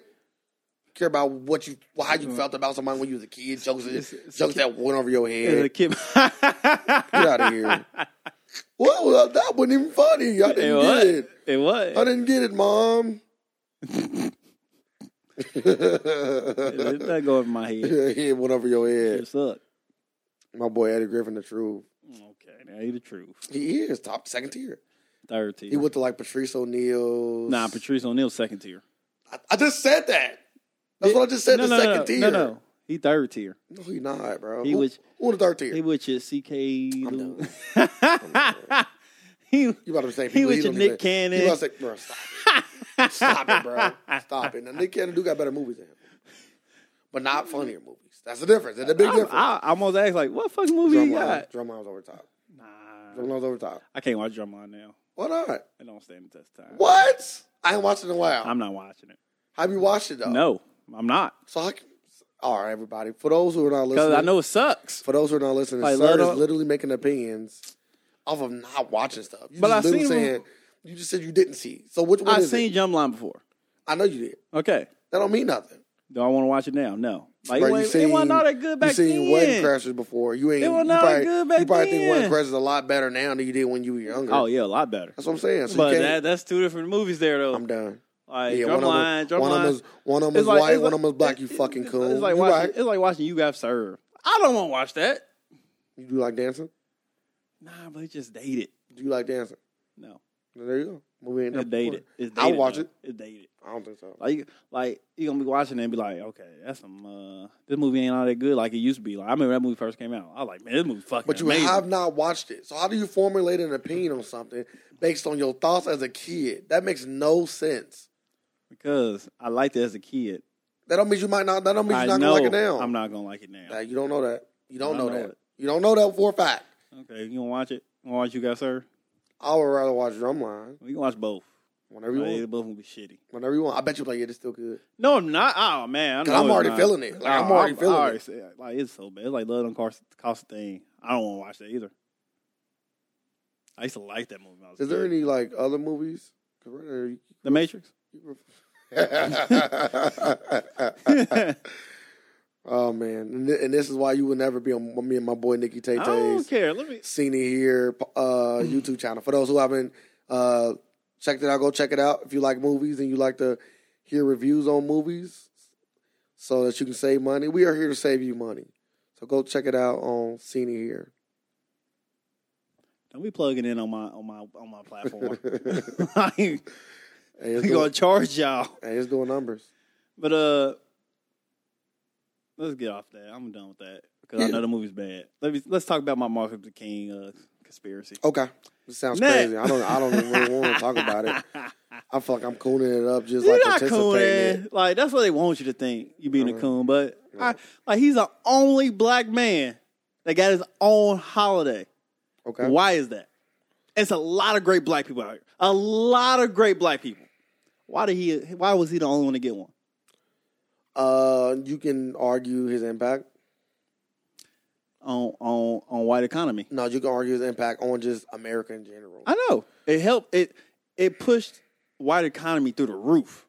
[SPEAKER 2] care about what you, how you felt about someone when you was a kid. Jokes,
[SPEAKER 1] It's- it's-
[SPEAKER 2] jokes that went over your
[SPEAKER 1] As
[SPEAKER 2] head.
[SPEAKER 1] a kid.
[SPEAKER 2] Get out of here. What? Well, that wasn't even funny. I
[SPEAKER 1] it
[SPEAKER 2] didn't
[SPEAKER 1] was.
[SPEAKER 2] get it.
[SPEAKER 1] It
[SPEAKER 2] I
[SPEAKER 1] was.
[SPEAKER 2] didn't get it, mom.
[SPEAKER 1] It's
[SPEAKER 2] it
[SPEAKER 1] not going over my head.
[SPEAKER 2] went over your head.
[SPEAKER 1] It sucked.
[SPEAKER 2] My boy Eddie Griffin, the truth.
[SPEAKER 1] Okay, now you the truth.
[SPEAKER 2] He is top second tier.
[SPEAKER 1] Third
[SPEAKER 2] He
[SPEAKER 1] tier.
[SPEAKER 2] went to like Patrice O'Neal.
[SPEAKER 1] Nah, Patrice O'Neal second tier.
[SPEAKER 2] I, I just said that. That's what I just said.
[SPEAKER 1] No,
[SPEAKER 2] the
[SPEAKER 1] no, no,
[SPEAKER 2] second
[SPEAKER 1] no,
[SPEAKER 2] tier.
[SPEAKER 1] No, no, he third tier.
[SPEAKER 2] No, he not, bro.
[SPEAKER 1] He
[SPEAKER 2] who,
[SPEAKER 1] was-
[SPEAKER 2] who the third tier?
[SPEAKER 1] He with your CK.
[SPEAKER 2] I'm
[SPEAKER 1] Lou-
[SPEAKER 2] done.
[SPEAKER 1] he
[SPEAKER 2] you about to say
[SPEAKER 1] he was your
[SPEAKER 2] don't
[SPEAKER 1] Nick
[SPEAKER 2] even-
[SPEAKER 1] Cannon.
[SPEAKER 2] He about to say, bro, stop it, stop it, bro, stop it. Now Nick Cannon do got better movies than him, but not funnier movies. That's the difference. It's a big
[SPEAKER 1] I,
[SPEAKER 2] difference.
[SPEAKER 1] I, I almost asked like, what fucking movie you
[SPEAKER 2] Drumline,
[SPEAKER 1] got?
[SPEAKER 2] Drumline was over top.
[SPEAKER 1] Nah,
[SPEAKER 2] Drumline was over top.
[SPEAKER 1] I can't watch Drumline now.
[SPEAKER 2] Why not?
[SPEAKER 1] It don't stand the test of time.
[SPEAKER 2] What? I ain't watched it in a while.
[SPEAKER 1] I'm not watching it.
[SPEAKER 2] Have you watched it though?
[SPEAKER 1] No, I'm not
[SPEAKER 2] So I can, all right, everybody. For those who are not
[SPEAKER 1] because
[SPEAKER 2] listening,
[SPEAKER 1] I know it sucks.
[SPEAKER 2] For those who are not listening,
[SPEAKER 1] Like, uh,
[SPEAKER 2] Sir
[SPEAKER 1] let
[SPEAKER 2] is
[SPEAKER 1] up.
[SPEAKER 2] literally making opinions off of not watching stuff. You
[SPEAKER 1] But
[SPEAKER 2] just
[SPEAKER 1] I
[SPEAKER 2] literally
[SPEAKER 1] seen
[SPEAKER 2] saying you just said you didn't see. So which one
[SPEAKER 1] I've
[SPEAKER 2] is
[SPEAKER 1] seen
[SPEAKER 2] it?
[SPEAKER 1] Drumline before.
[SPEAKER 2] I know you did.
[SPEAKER 1] Okay,
[SPEAKER 2] That don't mean nothing.
[SPEAKER 1] do I want to watch it now? No. Like
[SPEAKER 2] Bro,
[SPEAKER 1] it,
[SPEAKER 2] you
[SPEAKER 1] wasn't- it wasn't all that good back
[SPEAKER 2] you seen
[SPEAKER 1] then.
[SPEAKER 2] Wedding Crashers before. You ain't.
[SPEAKER 1] It wasn't
[SPEAKER 2] you
[SPEAKER 1] all that
[SPEAKER 2] probably,
[SPEAKER 1] good back
[SPEAKER 2] you probably think
[SPEAKER 1] then.
[SPEAKER 2] Wedding Crashers is a lot better now than you did when you were younger.
[SPEAKER 1] Oh yeah, a lot better.
[SPEAKER 2] that's what I'm saying. So you
[SPEAKER 1] But
[SPEAKER 2] can't-
[SPEAKER 1] that, that's two different movies there though.
[SPEAKER 2] I'm done.
[SPEAKER 1] Like
[SPEAKER 2] yeah,
[SPEAKER 1] Drumline,
[SPEAKER 2] one of them, one
[SPEAKER 1] Drumline.
[SPEAKER 2] of them is, one of them
[SPEAKER 1] It's
[SPEAKER 2] is
[SPEAKER 1] like-
[SPEAKER 2] white,
[SPEAKER 1] it's
[SPEAKER 2] one
[SPEAKER 1] like-
[SPEAKER 2] of them is black.
[SPEAKER 1] it-
[SPEAKER 2] you
[SPEAKER 1] it-
[SPEAKER 2] fucking
[SPEAKER 1] it's-
[SPEAKER 2] cool.
[SPEAKER 1] It's like
[SPEAKER 2] you
[SPEAKER 1] watching.
[SPEAKER 2] right?
[SPEAKER 1] It's like watching you got served. I don't want to watch that.
[SPEAKER 2] You do like dancing?
[SPEAKER 1] Nah, but it just dated.
[SPEAKER 2] Do you like dancing?
[SPEAKER 1] No,
[SPEAKER 2] There you go. Movie ain't
[SPEAKER 1] it
[SPEAKER 2] done
[SPEAKER 1] dated. It's
[SPEAKER 2] I'll
[SPEAKER 1] dated.
[SPEAKER 2] watch
[SPEAKER 1] though.
[SPEAKER 2] it.
[SPEAKER 1] It's dated.
[SPEAKER 2] before. I don't think so.
[SPEAKER 1] Like, like you gonna be watching it and be like, okay, that's some. Uh, this movie ain't all that good like it used to be. Like I remember that movie first came out. I was like, man, this movie fucking.
[SPEAKER 2] But you
[SPEAKER 1] amazing.
[SPEAKER 2] have not watched it. So how do you formulate an opinion on something based on your thoughts as a kid? That makes no sense.
[SPEAKER 1] because I liked it as a kid.
[SPEAKER 2] That don't mean you might not. That don't mean you're
[SPEAKER 1] I
[SPEAKER 2] not
[SPEAKER 1] know
[SPEAKER 2] gonna like it now.
[SPEAKER 1] I'm not gonna like it now.
[SPEAKER 2] Nah, you don't know that. You don't
[SPEAKER 1] I
[SPEAKER 2] know,
[SPEAKER 1] know
[SPEAKER 2] that.
[SPEAKER 1] it.
[SPEAKER 2] You don't know that for a fact.
[SPEAKER 1] Okay, you gonna watch it? You gonna watch you got served?
[SPEAKER 2] I would rather watch Drumline
[SPEAKER 1] We can watch both.
[SPEAKER 2] whenever you
[SPEAKER 1] Like, they
[SPEAKER 2] want.
[SPEAKER 1] both gonna be shitty.
[SPEAKER 2] Whenever you want. I bet you like yeah, it's still good.
[SPEAKER 1] No, I'm not. Oh man, I
[SPEAKER 2] 'Cause
[SPEAKER 1] know
[SPEAKER 2] I'm
[SPEAKER 1] it's
[SPEAKER 2] already
[SPEAKER 1] not.
[SPEAKER 2] feeling it. Like, I'm
[SPEAKER 1] Oh,
[SPEAKER 2] already
[SPEAKER 1] I
[SPEAKER 2] feeling
[SPEAKER 1] already
[SPEAKER 2] it.
[SPEAKER 1] said, Like it's so bad. It's like Love Don't Cost, cost a Thing. I don't want to watch that either. I used to like that movie. When I was a
[SPEAKER 2] Is there
[SPEAKER 1] kid.
[SPEAKER 2] any like other movies? 'Cause right there, you-
[SPEAKER 1] The Matrix?
[SPEAKER 2] oh man, and thi- and this is why you would never be on me and my boy Nikki Tay
[SPEAKER 1] I don't
[SPEAKER 2] Tay's
[SPEAKER 1] care. Let me.
[SPEAKER 2] Seen It Here uh,
[SPEAKER 1] Mm-hmm.
[SPEAKER 2] YouTube channel. For those who haven't uh, checked it out, go check it out. If you like movies and you like to hear reviews on movies so that you can save money, we are here to save you money. So go check it out on Seen It Here.
[SPEAKER 1] Don't be plugging in on my on my on my platform. like,
[SPEAKER 2] Hey, it's,
[SPEAKER 1] we
[SPEAKER 2] doing,
[SPEAKER 1] gonna charge y'all.
[SPEAKER 2] hey, it's doing numbers.
[SPEAKER 1] But uh, let's get off that. I'm done with that because I
[SPEAKER 2] Yeah.
[SPEAKER 1] know the movie's bad. Let me let's talk about my Martin Luther King uh, conspiracy.
[SPEAKER 2] Okay. This sounds
[SPEAKER 1] Next.
[SPEAKER 2] crazy. I don't I don't even really want to talk about it. I feel Oh, like I'm cooning it up just
[SPEAKER 1] You're
[SPEAKER 2] like
[SPEAKER 1] not coon,
[SPEAKER 2] participating.
[SPEAKER 1] man. Like that's what they want you to think. You being a
[SPEAKER 2] Mhm.
[SPEAKER 1] coon, but I, like he's the only black man that got his own holiday.
[SPEAKER 2] Okay.
[SPEAKER 1] Why is that? It's a lot of great black people out here. A lot of great black people. Why did he? Why was he the only one to get one?
[SPEAKER 2] Uh you can argue his impact.
[SPEAKER 1] On on on white economy.
[SPEAKER 2] No, you can argue his impact on just America in general.
[SPEAKER 1] I know it helped. It it pushed white economy through the roof.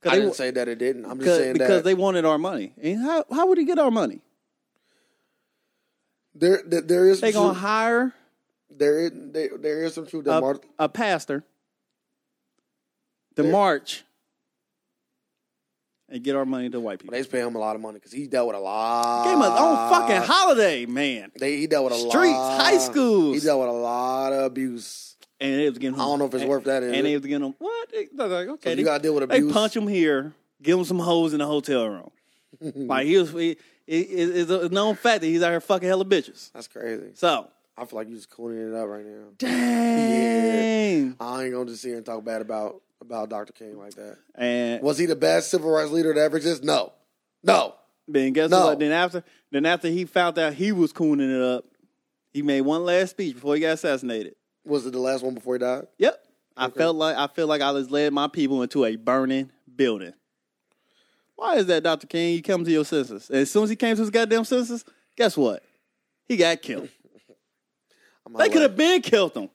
[SPEAKER 1] 'Cause
[SPEAKER 2] I
[SPEAKER 1] they-
[SPEAKER 2] didn't say that it didn't. I'm just
[SPEAKER 1] because,
[SPEAKER 2] saying
[SPEAKER 1] because
[SPEAKER 2] that
[SPEAKER 1] they wanted our money. And how how would he get our money?
[SPEAKER 2] there there- there is
[SPEAKER 1] They
[SPEAKER 2] some
[SPEAKER 1] gonna Uh,
[SPEAKER 2] truth-
[SPEAKER 1] hire
[SPEAKER 2] there is there, there is some truth that
[SPEAKER 1] a,
[SPEAKER 2] Martin
[SPEAKER 1] a pastor to
[SPEAKER 2] There-
[SPEAKER 1] march and get our money to white people.
[SPEAKER 2] they pay him a lot of money because he dealt with a lot.
[SPEAKER 1] Gave him his own oh,
[SPEAKER 2] Ah.
[SPEAKER 1] fucking holiday, man.
[SPEAKER 2] They, he dealt with a
[SPEAKER 1] Streets,
[SPEAKER 2] lot.
[SPEAKER 1] high schools.
[SPEAKER 2] He dealt with a lot of abuse.
[SPEAKER 1] And they was getting.
[SPEAKER 2] I don't know if it's worth that. Is
[SPEAKER 1] And
[SPEAKER 2] it?
[SPEAKER 1] they was getting them what? They, they're like,
[SPEAKER 2] So
[SPEAKER 1] okay,
[SPEAKER 2] you
[SPEAKER 1] they,
[SPEAKER 2] got to deal with
[SPEAKER 1] they
[SPEAKER 2] abuse.
[SPEAKER 1] punch him here, give him some hoes in the hotel room. like he was, he, it, it- it's a known fact that he's out here fucking hella bitches.
[SPEAKER 2] That's crazy.
[SPEAKER 1] So
[SPEAKER 2] I feel like you're just cooling it up right now.
[SPEAKER 1] dang,
[SPEAKER 2] I ain't gonna just sit here and talk bad about about Dr. King like that.
[SPEAKER 1] And
[SPEAKER 2] Was he the best civil rights leader to ever exist? No, no.
[SPEAKER 1] then guess
[SPEAKER 2] No.
[SPEAKER 1] what? Then after then after he found out he was cooning it up, he made one last speech before he got assassinated.
[SPEAKER 2] Was it the last one before he died?
[SPEAKER 1] Yep. I felt like I feel like I just led my people into a burning building. Why is that, Dr. King? You come to your senses. And as soon as he came to his goddamn senses, guess what? He got killed.
[SPEAKER 2] I'm
[SPEAKER 1] They
[SPEAKER 2] not
[SPEAKER 1] could
[SPEAKER 2] like-
[SPEAKER 1] have been killed him.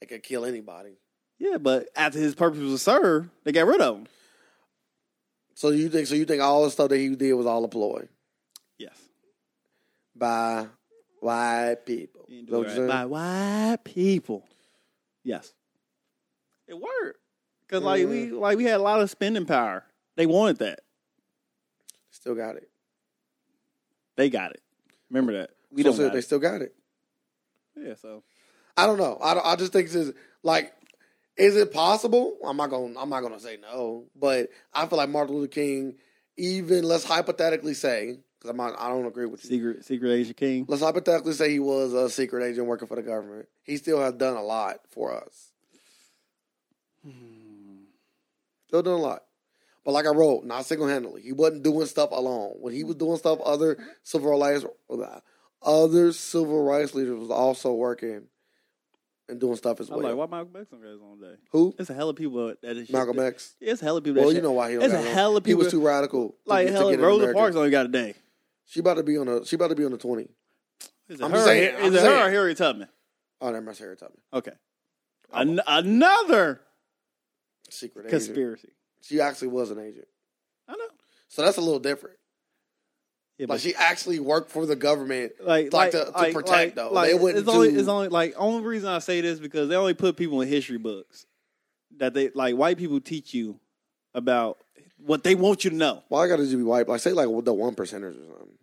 [SPEAKER 2] They could kill anybody.
[SPEAKER 1] Yeah, but after his purpose was served, they got rid of him.
[SPEAKER 2] So you think? So you think all the stuff that he did was all a ploy
[SPEAKER 1] Yes.
[SPEAKER 2] by white people?
[SPEAKER 1] He didn't
[SPEAKER 2] Is
[SPEAKER 1] do
[SPEAKER 2] that
[SPEAKER 1] it
[SPEAKER 2] what
[SPEAKER 1] right By
[SPEAKER 2] you're saying?
[SPEAKER 1] white people. Yes. It worked. Cause like we like we had a lot of spending power. They wanted that.
[SPEAKER 2] Still got it.
[SPEAKER 1] They got it. Remember that. We
[SPEAKER 2] So
[SPEAKER 1] don't
[SPEAKER 2] so
[SPEAKER 1] got
[SPEAKER 2] they
[SPEAKER 1] it.
[SPEAKER 2] still got it.
[SPEAKER 1] Yeah, so
[SPEAKER 2] I don't know. I, don't, I just think this is like, is it possible? I'm not going. to I'm not going to say no, but I feel like Martin Luther King. Even let's hypothetically say, because I'm not, I don't agree with you.
[SPEAKER 1] Secret Secret Asian King.
[SPEAKER 2] Let's hypothetically say he was a secret agent working for the government. He still has done a lot for us.
[SPEAKER 1] Hmm.
[SPEAKER 2] Still done a lot. But like I wrote, not single handedly. He wasn't doing stuff alone. When he was doing stuff, other civil rights other civil rights leaders was also working and doing stuff as
[SPEAKER 1] I'm
[SPEAKER 2] well.
[SPEAKER 1] like, why Malcolm X on guys on today?
[SPEAKER 2] Who?
[SPEAKER 1] It's a hell of people that is
[SPEAKER 2] Malcolm X.
[SPEAKER 1] It's a hell of people.
[SPEAKER 2] Well,
[SPEAKER 1] that
[SPEAKER 2] you
[SPEAKER 1] shit-
[SPEAKER 2] know why he don't
[SPEAKER 1] It's a
[SPEAKER 2] got no-
[SPEAKER 1] hell of people.
[SPEAKER 2] He was too radical. to
[SPEAKER 1] like
[SPEAKER 2] get- to
[SPEAKER 1] hell.
[SPEAKER 2] get in
[SPEAKER 1] Rosa
[SPEAKER 2] America.
[SPEAKER 1] Parks only got a day.
[SPEAKER 2] She about to be on a. oh, She about to be on the twenty.
[SPEAKER 1] Is it
[SPEAKER 2] I'm
[SPEAKER 1] her?
[SPEAKER 2] saying-
[SPEAKER 1] is
[SPEAKER 2] I'm
[SPEAKER 1] it her or
[SPEAKER 2] saying.
[SPEAKER 1] Harriet Tubman?
[SPEAKER 2] Oh, never mind. Sarah Tubman.
[SPEAKER 1] Okay. An- another
[SPEAKER 2] Secret agent.
[SPEAKER 1] conspiracy.
[SPEAKER 2] She actually was an agent.
[SPEAKER 1] I know.
[SPEAKER 2] So that's a little different.
[SPEAKER 1] Yeah,
[SPEAKER 2] Like she actually worked for the government.
[SPEAKER 1] like,
[SPEAKER 2] like to- to protect, though. They wouldn't
[SPEAKER 1] it's only
[SPEAKER 2] do-
[SPEAKER 1] it's only like only reason I say this because they only put people in history books that they like white people teach you about what they want you to know.
[SPEAKER 2] Why I got to be white? Like say like the one percenters or something.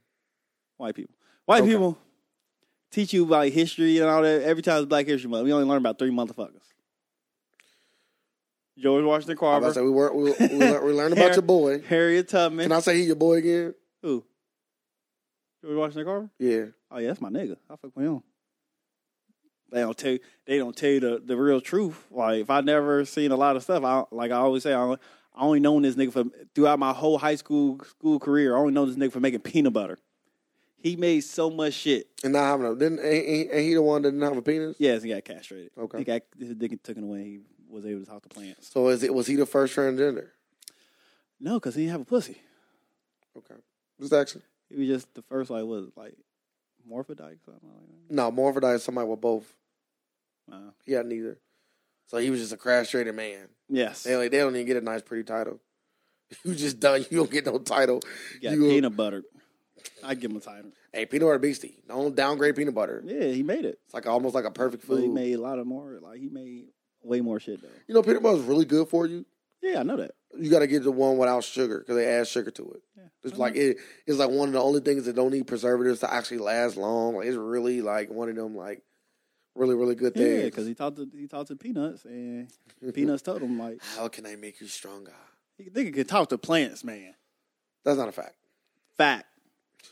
[SPEAKER 1] White people, white
[SPEAKER 2] Okay.
[SPEAKER 1] people teach you about history and all that. Every time it's Black History Month, we only learn about three motherfuckers: George Washington
[SPEAKER 2] I was about
[SPEAKER 1] Carver,
[SPEAKER 2] to say we were we, we, learned, we learned about your boy.
[SPEAKER 1] Harriet Tubman.
[SPEAKER 2] Can I say he your boy again?
[SPEAKER 1] Who? George Washington Carver.
[SPEAKER 2] Yeah.
[SPEAKER 1] Oh yeah, that's my nigga. I fuck with him. They don't tell they don't tell you the, the real truth. Like if I never seen a lot of stuff, I like I always say, I only, I only known this nigga for throughout my whole high school school career. I only know this nigga for making peanut butter. He made so much shit.
[SPEAKER 2] And not having a didn't ain't, ain't- ain't he the one that didn't have a penis?
[SPEAKER 1] Yes, he got castrated.
[SPEAKER 2] Okay.
[SPEAKER 1] he got his dick taken away. He was able to talk to plants.
[SPEAKER 2] So is it was he the first transgender?
[SPEAKER 1] No, because he didn't have a pussy.
[SPEAKER 2] Okay. Just action.
[SPEAKER 1] He was just the first like was it, like morphodike something like
[SPEAKER 2] No, Morphodite is somebody with both.
[SPEAKER 1] that. Uh,
[SPEAKER 2] He had neither. So he was just a crash traded man.
[SPEAKER 1] yes,
[SPEAKER 2] They like they don't even get a nice pretty title. You just done. You don't get no title.
[SPEAKER 1] he got
[SPEAKER 2] you-
[SPEAKER 1] peanut butter. I give him a title.
[SPEAKER 2] Hey, peanut butter beastie. Don't downgrade peanut butter.
[SPEAKER 1] Yeah, he made it.
[SPEAKER 2] It's like almost like a perfect
[SPEAKER 1] But he
[SPEAKER 2] food.
[SPEAKER 1] made a lot of more. Like he made way more shit though.
[SPEAKER 2] You know, peanut butter's really good for you.
[SPEAKER 1] Yeah, I know that.
[SPEAKER 2] You got to get the one without sugar because they add sugar to it.
[SPEAKER 1] Yeah. Mm-hmm.
[SPEAKER 2] It's like it is like one of the only things that don't need preservatives to actually last long. Like it's really like one of them like really really good
[SPEAKER 1] Yeah,
[SPEAKER 2] things.
[SPEAKER 1] because he talked to he talked to peanuts and peanuts told him like
[SPEAKER 2] How can I make you stronger?
[SPEAKER 1] he think he could talk to plants, man.
[SPEAKER 2] That's not a fact.
[SPEAKER 1] Fact.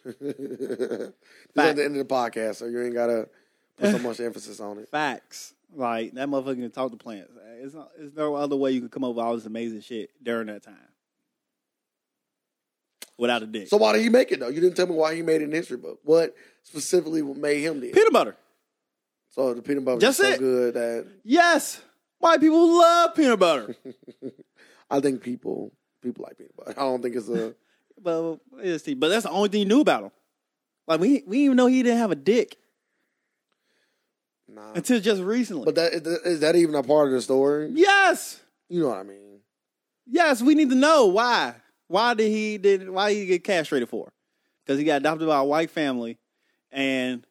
[SPEAKER 2] this is at
[SPEAKER 1] Fact.
[SPEAKER 2] the end of the podcast, so you ain't gotta put so much emphasis on it.
[SPEAKER 1] Facts. Like that motherfucker can talk to plants. It's not, it's no other way you could come up with all this amazing shit during that time. Without a dick.
[SPEAKER 2] So why did he make it though? You didn't tell me why he made it in the history book. What specifically made him the
[SPEAKER 1] peanut butter.
[SPEAKER 2] So the peanut butter is
[SPEAKER 1] That's
[SPEAKER 2] so
[SPEAKER 1] it.
[SPEAKER 2] good that
[SPEAKER 1] Yes. White people love peanut butter.
[SPEAKER 2] I think people people like peanut butter. I don't think it's a
[SPEAKER 1] but it's- but that's the only thing you knew about him. Like we we didn't even know he didn't have a dick
[SPEAKER 2] nah.
[SPEAKER 1] until just recently.
[SPEAKER 2] But that is is that even a part of the story?
[SPEAKER 1] Yes,
[SPEAKER 2] You know what I mean?
[SPEAKER 1] yes, we need to know why. Why did he did why he get castrated for? Because he got adopted by a white family, and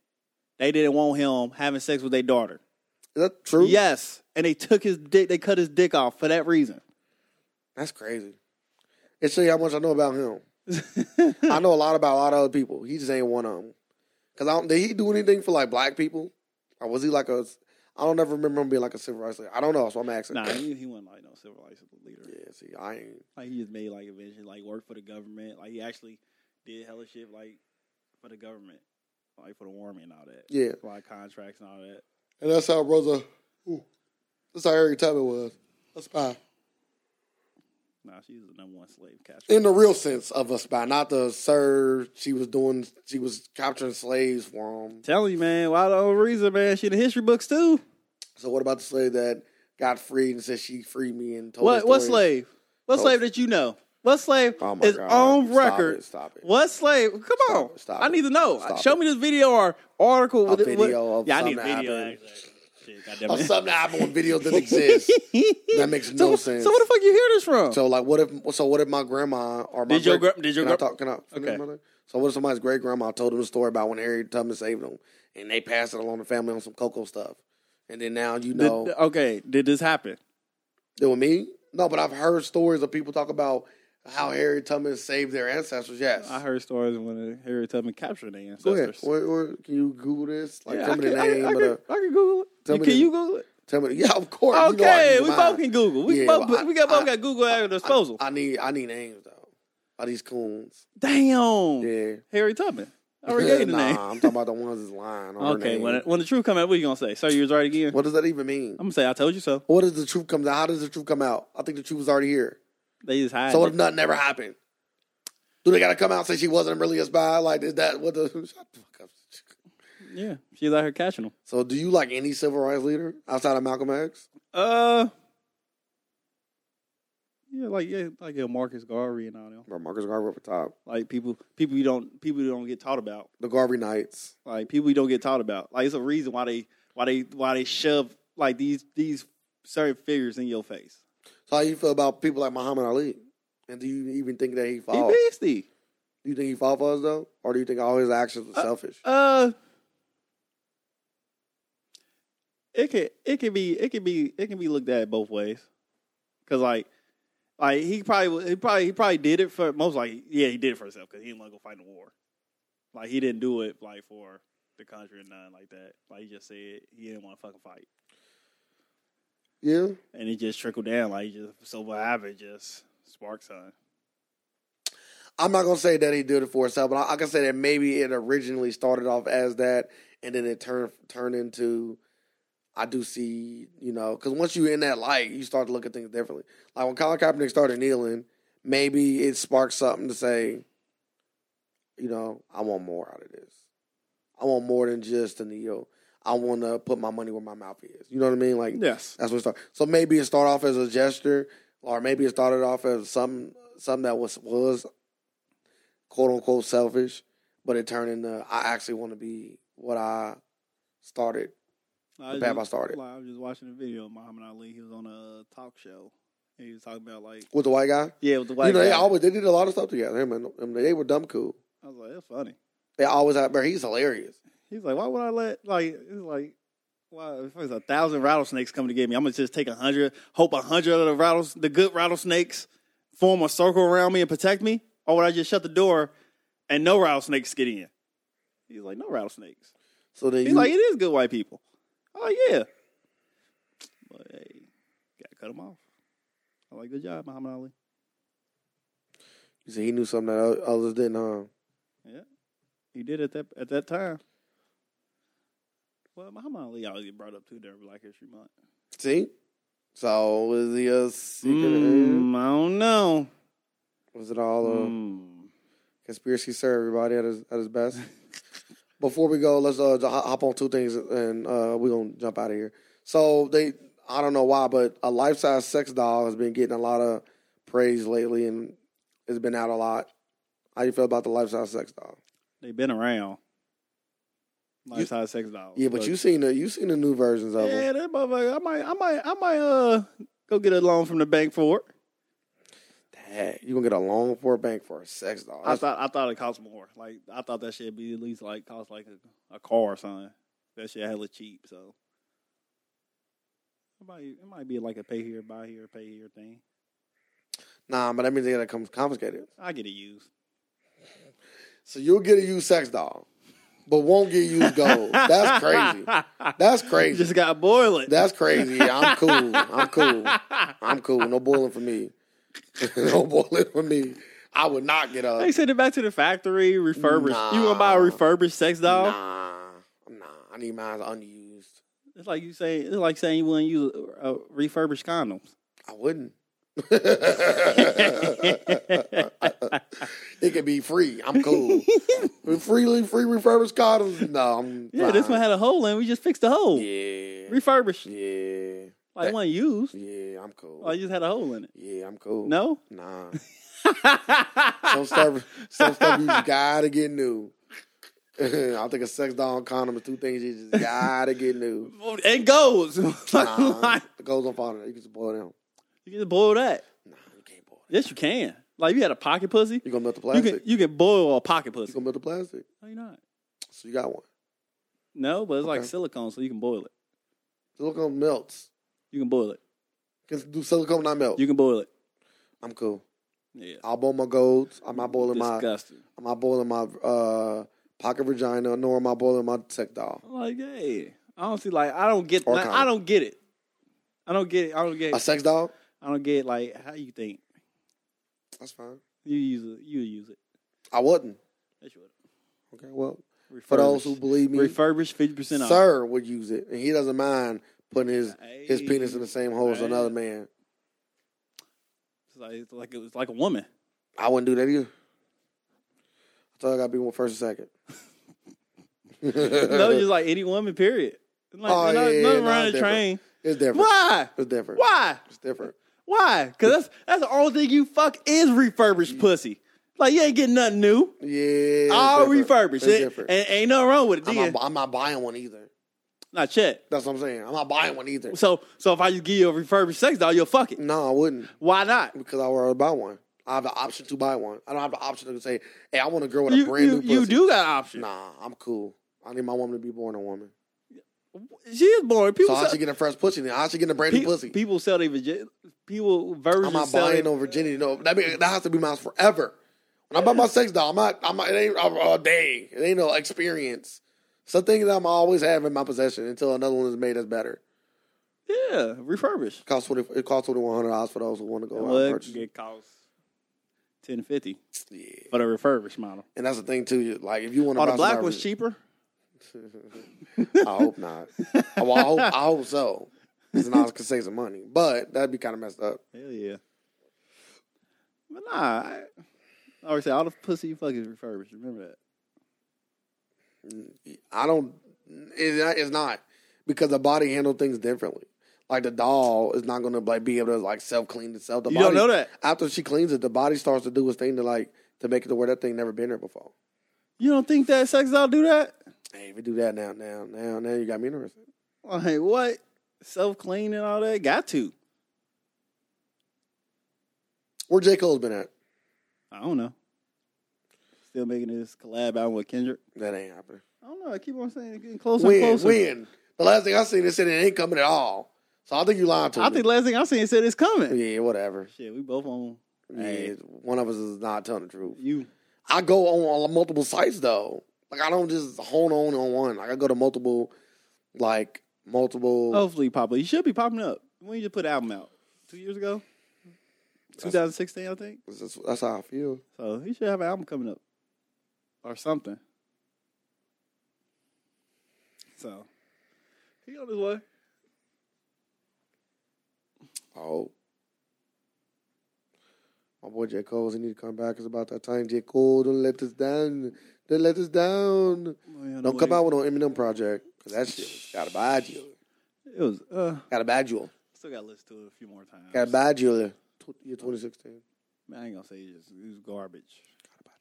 [SPEAKER 1] they didn't want him having sex with their daughter.
[SPEAKER 2] Is that true?
[SPEAKER 1] Yes, and they took his dick. They cut his dick off for that reason.
[SPEAKER 2] That's crazy. It show you how much I know about him. I know a lot about a lot of other people. He just ain't one of them. Cause I don't, did he do anything for like black people? Or was he like a? I don't ever remember him being like a civil rights leader. I don't know, so I'm asking.
[SPEAKER 1] nah, he, he wasn't like no civil rights leader.
[SPEAKER 2] Yeah, see, I ain't.
[SPEAKER 1] Like he just made like a vision, like work for the government. Like he actually did hella shit like for the government, like for the army and all that.
[SPEAKER 2] Yeah,
[SPEAKER 1] Like contracts and all that.
[SPEAKER 2] and that's how Rosa. ooh, That's how Harriet Tubman was. A spy.
[SPEAKER 1] No, she's the number one slave catcher.
[SPEAKER 2] In the real sense of a spy, not the sir she was doing, she was capturing slaves for him.
[SPEAKER 1] Telling you, man, why the whole reason, man? She in the history books too.
[SPEAKER 2] So what about the slave that got freed and said she freed me and told her
[SPEAKER 1] What what
[SPEAKER 2] stories?
[SPEAKER 1] slave? What
[SPEAKER 2] Oh.
[SPEAKER 1] slave that you know? What slave
[SPEAKER 2] Oh my
[SPEAKER 1] is
[SPEAKER 2] God.
[SPEAKER 1] on
[SPEAKER 2] Stop
[SPEAKER 1] record?
[SPEAKER 2] it, stop it.
[SPEAKER 1] What slave? Come on!
[SPEAKER 2] it, stop
[SPEAKER 1] I
[SPEAKER 2] it.
[SPEAKER 1] need to know.
[SPEAKER 2] Stop
[SPEAKER 1] Show
[SPEAKER 2] it.
[SPEAKER 1] me this video or article. with it-
[SPEAKER 2] video of
[SPEAKER 1] yeah, I need a
[SPEAKER 2] something
[SPEAKER 1] video.
[SPEAKER 2] happening.
[SPEAKER 1] actually. Shit, goddamn
[SPEAKER 2] Of
[SPEAKER 1] it.
[SPEAKER 2] Oh, something that happened when videos didn't exist. That makes
[SPEAKER 1] so,
[SPEAKER 2] no sense.
[SPEAKER 1] So where the fuck you hear this from?
[SPEAKER 2] So like, what if? So what if my grandma or my
[SPEAKER 1] Did your
[SPEAKER 2] great-
[SPEAKER 1] gra- did your
[SPEAKER 2] can I
[SPEAKER 1] gra-
[SPEAKER 2] talk? Can I?
[SPEAKER 1] Okay.
[SPEAKER 2] Okay. So what if somebody's great grandma told them a story about when Harriet Tubman saved them, and they passed it along to family on some cocoa stuff, and then now you
[SPEAKER 1] Did-
[SPEAKER 2] know
[SPEAKER 1] okay, did this happen?
[SPEAKER 2] It was me? No, but I've heard stories of people talk about how Harriet Tubman saved their ancestors. Yes.
[SPEAKER 1] I heard stories when Harriet Tubman captured the
[SPEAKER 2] Go ahead.
[SPEAKER 1] ancestors.
[SPEAKER 2] Or, or can you Google this? Like,
[SPEAKER 1] Yeah,
[SPEAKER 2] tell
[SPEAKER 1] I
[SPEAKER 2] me
[SPEAKER 1] can,
[SPEAKER 2] the
[SPEAKER 1] I can-
[SPEAKER 2] name.
[SPEAKER 1] I
[SPEAKER 2] of
[SPEAKER 1] can-
[SPEAKER 2] the,
[SPEAKER 1] I can Google it.
[SPEAKER 2] Tell me
[SPEAKER 1] can
[SPEAKER 2] the-
[SPEAKER 1] you Google it?
[SPEAKER 2] tell me. Yeah, of course. you know I
[SPEAKER 1] Okay,
[SPEAKER 2] can do
[SPEAKER 1] we
[SPEAKER 2] mine.
[SPEAKER 1] both can Google. We
[SPEAKER 2] Yeah,
[SPEAKER 1] both
[SPEAKER 2] well, I-
[SPEAKER 1] we got both
[SPEAKER 2] I-
[SPEAKER 1] got Google at our disposal.
[SPEAKER 2] I need. I need names though. Of these coons.
[SPEAKER 1] Damn,
[SPEAKER 2] Yeah.
[SPEAKER 1] Harry Tubman. Oh. I already gave you the
[SPEAKER 2] nah,
[SPEAKER 1] name.
[SPEAKER 2] I'm talking about the ones that's lying. On her
[SPEAKER 1] Okay,
[SPEAKER 2] name.
[SPEAKER 1] when, it- when the truth come out, what you gonna say? Sir, you was right again.
[SPEAKER 2] what does that even mean?
[SPEAKER 1] I'm gonna say I told you so.
[SPEAKER 2] What does the truth come out? How does the truth come out? I think the truth is already here.
[SPEAKER 1] They just hide.
[SPEAKER 2] So what
[SPEAKER 1] it.
[SPEAKER 2] if nothing ever happened? Do they got to come out and say she wasn't really a spy? Like, is that what the? Shut the fuck up.
[SPEAKER 1] yeah, she's out here catching them.
[SPEAKER 2] So, do you like any civil rights leader outside of Malcolm X?
[SPEAKER 1] Uh, yeah, like yeah, like yeah, Marcus Garvey and all them.
[SPEAKER 2] Or Marcus Garvey up the top.
[SPEAKER 1] Like people, people you don't people you don't get taught about.
[SPEAKER 2] The Garvey Knights.
[SPEAKER 1] Like people you don't get taught about. Like it's a reason why they why they why they shove like these these certain figures in your face.
[SPEAKER 2] So, how you feel about people like Muhammad Ali? And do you even think that he fought?
[SPEAKER 1] He beastie.
[SPEAKER 2] Do you think he fought for us though, or do you think all his actions were
[SPEAKER 1] Uh,
[SPEAKER 2] selfish?
[SPEAKER 1] Uh, it can it can be it can be it can be looked at both ways, cause like like he probably was- he probably he probably did it for most like yeah he did it for himself because he didn't want to go fight in the war, like he didn't do it like for the country or nothing like that. Like he just said he didn't want to fucking fight,
[SPEAKER 2] yeah.
[SPEAKER 1] and it just trickled down like he just so what happened just sparked something.
[SPEAKER 2] I'm not gonna say that he did it for himself, but I, I can say that maybe it originally started off as that, and then it turned turned into. I do see, you know, because once you in that light, you start to look at things differently. Like when Colin Kaepernick started kneeling, maybe it sparked something to say, you know, I want more out of this. I want more than just a kneel. I want to put my money where my mouth is. You know what I mean? Like
[SPEAKER 1] Yes,
[SPEAKER 2] that's what it started. So maybe it started off as a gesture, or maybe it started off as some something that was was quote unquote selfish, but it turned into I actually want to be what I started.
[SPEAKER 1] I was
[SPEAKER 2] path
[SPEAKER 1] just-
[SPEAKER 2] I started.
[SPEAKER 1] I was just watching a video of Muhammad Ali. He was on a talk show. And he was talking about like
[SPEAKER 2] With the white guy,
[SPEAKER 1] yeah, with the white
[SPEAKER 2] you know, they
[SPEAKER 1] guy.
[SPEAKER 2] always they did a lot of stuff together. Him and, him, they were dumb cool.
[SPEAKER 1] I was like, that's funny.
[SPEAKER 2] They always out there. He's hilarious.
[SPEAKER 1] He's like, why would I let like it's like why if there's a thousand rattlesnakes coming to get me, I'm gonna just take a hundred, hope a hundred of the rattles the good rattlesnakes form a circle around me and protect me? Or would I just shut the door and no rattlesnakes get in? He's like, No rattlesnakes.
[SPEAKER 2] So then
[SPEAKER 1] He's
[SPEAKER 2] you,
[SPEAKER 1] like, It is good white people. Oh yeah. But hey, gotta cut him off. I like good job, Muhammad Ali.
[SPEAKER 2] you see, he knew something that o- others didn't. Huh?
[SPEAKER 1] He did at that at that time. Well, Muhammad Ali always get brought up too during Black History Month.
[SPEAKER 2] See, so was he a secret?
[SPEAKER 1] Mm, I don't know.
[SPEAKER 2] Was it all a?
[SPEAKER 1] Mm.
[SPEAKER 2] Conspiracy sir, everybody at his at his best. Before we go, let's uh, j- hop on two things and uh, we're gonna jump out of here. So they, I don't know why, but a life size sex doll has been getting a lot of praise lately, and it's been out a lot. How you feel about the life size sex doll?
[SPEAKER 1] They've been around. Life size sex dolls.
[SPEAKER 2] Yeah, but you seen the you seen the new versions of them.
[SPEAKER 1] Yeah, that motherfucker. I might, I might, I might, uh, go get a loan from the bank for it.
[SPEAKER 2] Dang, you gonna get a loan for a bank for a sex doll?
[SPEAKER 1] I
[SPEAKER 2] That's-
[SPEAKER 1] thought, I thought it cost more. Like, I thought that shit be at least like cost like a, a car or something. That shit hella cheap. So it might, it might be like a pay here, buy here, pay here thing.
[SPEAKER 2] nah, but that means they gotta come confiscated.
[SPEAKER 1] I get it used.
[SPEAKER 2] So you'll get a used sex doll, but won't get used gold. That's crazy. That's
[SPEAKER 1] You
[SPEAKER 2] crazy.
[SPEAKER 1] just got to boil it.
[SPEAKER 2] That's crazy. I'm cool. I'm cool. I'm cool. No boiling for me. no boiling for me. I would not get up.
[SPEAKER 1] They send it back to the factory, refurbished.
[SPEAKER 2] Nah.
[SPEAKER 1] You gonna buy a refurbished sex doll?
[SPEAKER 2] Nah, nah. I need mine unused.
[SPEAKER 1] It's like you say. It's like saying you wouldn't use uh, refurbished condoms.
[SPEAKER 2] I wouldn't. it could be free. I'm cool. Freely, free refurbished condoms. No, I'm
[SPEAKER 1] Yeah, this
[SPEAKER 2] fine.
[SPEAKER 1] one had a hole in. it. We just fixed the hole.
[SPEAKER 2] Yeah,
[SPEAKER 1] Refurbished.
[SPEAKER 2] yeah,
[SPEAKER 1] Like one used.
[SPEAKER 2] yeah. I'm cool.
[SPEAKER 1] Oh, it just had a hole in it.
[SPEAKER 2] Yeah, I'm cool.
[SPEAKER 1] No.
[SPEAKER 2] Nah. some stuff, some stuff you gotta get new. I think a sex doll and condom is two things you just gotta get new.
[SPEAKER 1] It goes.
[SPEAKER 2] Nah,
[SPEAKER 1] like,
[SPEAKER 2] it goes on fire. You can just boil it down.
[SPEAKER 1] you can boil that.
[SPEAKER 2] Nah, you can't boil it.
[SPEAKER 1] Yes, you can. Like you had a pocket pussy.
[SPEAKER 2] You gonna melt the
[SPEAKER 1] You
[SPEAKER 2] plastic? You,
[SPEAKER 1] can you can boil a pocket pussy.
[SPEAKER 2] gonna melt the plastic?
[SPEAKER 1] No, you're not.
[SPEAKER 2] So you got one.
[SPEAKER 1] No, but it's like
[SPEAKER 2] Okay.
[SPEAKER 1] silicone, so you can boil it.
[SPEAKER 2] Silicone melts.
[SPEAKER 1] You can boil it.
[SPEAKER 2] Can do silicone not melt?
[SPEAKER 1] You can boil it.
[SPEAKER 2] I'm cool.
[SPEAKER 1] Yeah.
[SPEAKER 2] I'll boil my golds. I'm not boiling my.
[SPEAKER 1] Disgusting.
[SPEAKER 2] I'm not boiling my uh, pocket vagina, nor am I boiling my sex doll.
[SPEAKER 1] I'm like, hey, I don't see like I don't get
[SPEAKER 2] Or
[SPEAKER 1] like,
[SPEAKER 2] condom.
[SPEAKER 1] I don't get it. I don't get it. I don't get.
[SPEAKER 2] A sex doll?
[SPEAKER 1] I don't get like how you think
[SPEAKER 2] That's fine.
[SPEAKER 1] you use it. You use it.
[SPEAKER 2] I wouldn't.
[SPEAKER 1] That's what.
[SPEAKER 2] Okay. Well,
[SPEAKER 1] Refurbished.
[SPEAKER 2] for those who believe me,
[SPEAKER 1] refurbished fifty percent off.
[SPEAKER 2] sir would use it, and he doesn't mind putting his his
[SPEAKER 1] Hey.
[SPEAKER 2] penis in the same hole as
[SPEAKER 1] Right.
[SPEAKER 2] another man.
[SPEAKER 1] It's like, it's like it was like a woman.
[SPEAKER 2] I wouldn't do that either. I thought I gotta be one first and second.
[SPEAKER 1] no, just like any woman. Period. Like,
[SPEAKER 2] Uh, Oh,
[SPEAKER 1] no, nothing
[SPEAKER 2] yeah, yeah,
[SPEAKER 1] around
[SPEAKER 2] nah,
[SPEAKER 1] the
[SPEAKER 2] different.
[SPEAKER 1] train.
[SPEAKER 2] It's different.
[SPEAKER 1] Why?
[SPEAKER 2] It's different.
[SPEAKER 1] Why?
[SPEAKER 2] It's different.
[SPEAKER 1] Why? Because that's that's the only thing you fuck is refurbished pussy. Like you ain't getting nothing new.
[SPEAKER 2] Yeah. it's
[SPEAKER 1] All
[SPEAKER 2] different.
[SPEAKER 1] refurbished.
[SPEAKER 2] It's
[SPEAKER 1] It-
[SPEAKER 2] different.
[SPEAKER 1] And ain't nothing wrong with it.
[SPEAKER 2] I'm,
[SPEAKER 1] Then.
[SPEAKER 2] not, I'm not buying one either.
[SPEAKER 1] Now check.
[SPEAKER 2] That's what I'm saying. I'm not buying one either.
[SPEAKER 1] So so if I just give you a refurbished sex doll, you'll fuck it.
[SPEAKER 2] No, I wouldn't
[SPEAKER 1] Why not?
[SPEAKER 2] because I already buy one. I have the option to buy one. I don't have the option to say, "Hey, I want a girl with a
[SPEAKER 1] You,
[SPEAKER 2] brand
[SPEAKER 1] you,
[SPEAKER 2] new pussy."
[SPEAKER 1] you do got options.
[SPEAKER 2] Nah, I'm cool. I need my woman to be born a woman.
[SPEAKER 1] She is boring. People
[SPEAKER 2] so I
[SPEAKER 1] sell,
[SPEAKER 2] should get a fresh pussy. Then I should get a brand
[SPEAKER 1] pe-
[SPEAKER 2] new pussy.
[SPEAKER 1] people sell their virgin people versions.
[SPEAKER 2] I'm not
[SPEAKER 1] sell
[SPEAKER 2] buying
[SPEAKER 1] their-
[SPEAKER 2] no virginity. No, that be, that has to be mine forever. When I buy my sex doll, I'm not. I'm not, it ain't a, a day. It ain't no experience. Something that I'm always have in my possession until another one is made that's better.
[SPEAKER 1] Yeah, refurbished.
[SPEAKER 2] It costs twenty. It costs twenty one hundred dollars for those who want to go out and
[SPEAKER 1] What
[SPEAKER 2] purchase. it.
[SPEAKER 1] it costs ten fifty
[SPEAKER 2] Yeah,
[SPEAKER 1] for the refurbished model.
[SPEAKER 2] and that's the thing too. you- Like if you want to,
[SPEAKER 1] Oh,
[SPEAKER 2] buy
[SPEAKER 1] the black
[SPEAKER 2] something-
[SPEAKER 1] was cheaper.
[SPEAKER 2] I hope not. Oh, well, I hope, I hope so. Because now I can save some money, but that'd be kind of messed up.
[SPEAKER 1] Hell yeah. But nah, I, I always say all the pussy you fuck is refurbished. Remember that.
[SPEAKER 2] I don't. It's not, it's not because the body handle things differently. Like the doll is not going to like be able to like self clean itself. The
[SPEAKER 1] You
[SPEAKER 2] body,
[SPEAKER 1] don't know that.
[SPEAKER 2] After she cleans it, the body starts to do its thing to like to make it to where that thing never been there before.
[SPEAKER 1] You don't think that sex doll do that?
[SPEAKER 2] Hey, if you do that now, now, now, now, you got me interested.
[SPEAKER 1] Like what? Self clean and all that. Got to.
[SPEAKER 2] Where J Cole's been at?
[SPEAKER 1] I don't know. Still making this collab album with Kendrick.
[SPEAKER 2] That ain't happening.
[SPEAKER 1] I don't know. I keep on saying it's getting closer
[SPEAKER 2] When?
[SPEAKER 1] and closer.
[SPEAKER 2] When? The last thing I seen, they said it ain't coming at all. So I think you lied to
[SPEAKER 1] I
[SPEAKER 2] me.
[SPEAKER 1] think last thing I seen said it's coming.
[SPEAKER 2] yeah, whatever.
[SPEAKER 1] Shit, we both on Hey.
[SPEAKER 2] Yeah, one of us is not telling the truth.
[SPEAKER 1] you.
[SPEAKER 2] I go on, on multiple sites though. Like I don't just hone on on one. Like I go to multiple, like multiple.
[SPEAKER 1] Hopefully, pop up. You should be popping up. When you just put the album out? Two years ago, 2016, I think.
[SPEAKER 2] That's, that's how I feel.
[SPEAKER 1] So he should have an album coming up or something. So he on his way.
[SPEAKER 2] Oh, my boy J Cole's he need to come back. It's about that time. J Cole, don't let us down. Don't let us down. Don't come out with no Eminem project because that shit was- got a bad you.
[SPEAKER 1] It was. uh
[SPEAKER 2] Got a bad you.
[SPEAKER 1] Still got to listen to it a few more times.
[SPEAKER 2] Got a bad you. Tw- Year 2016.
[SPEAKER 1] Man, I ain't gonna say it was, it was garbage.
[SPEAKER 2] Got a bad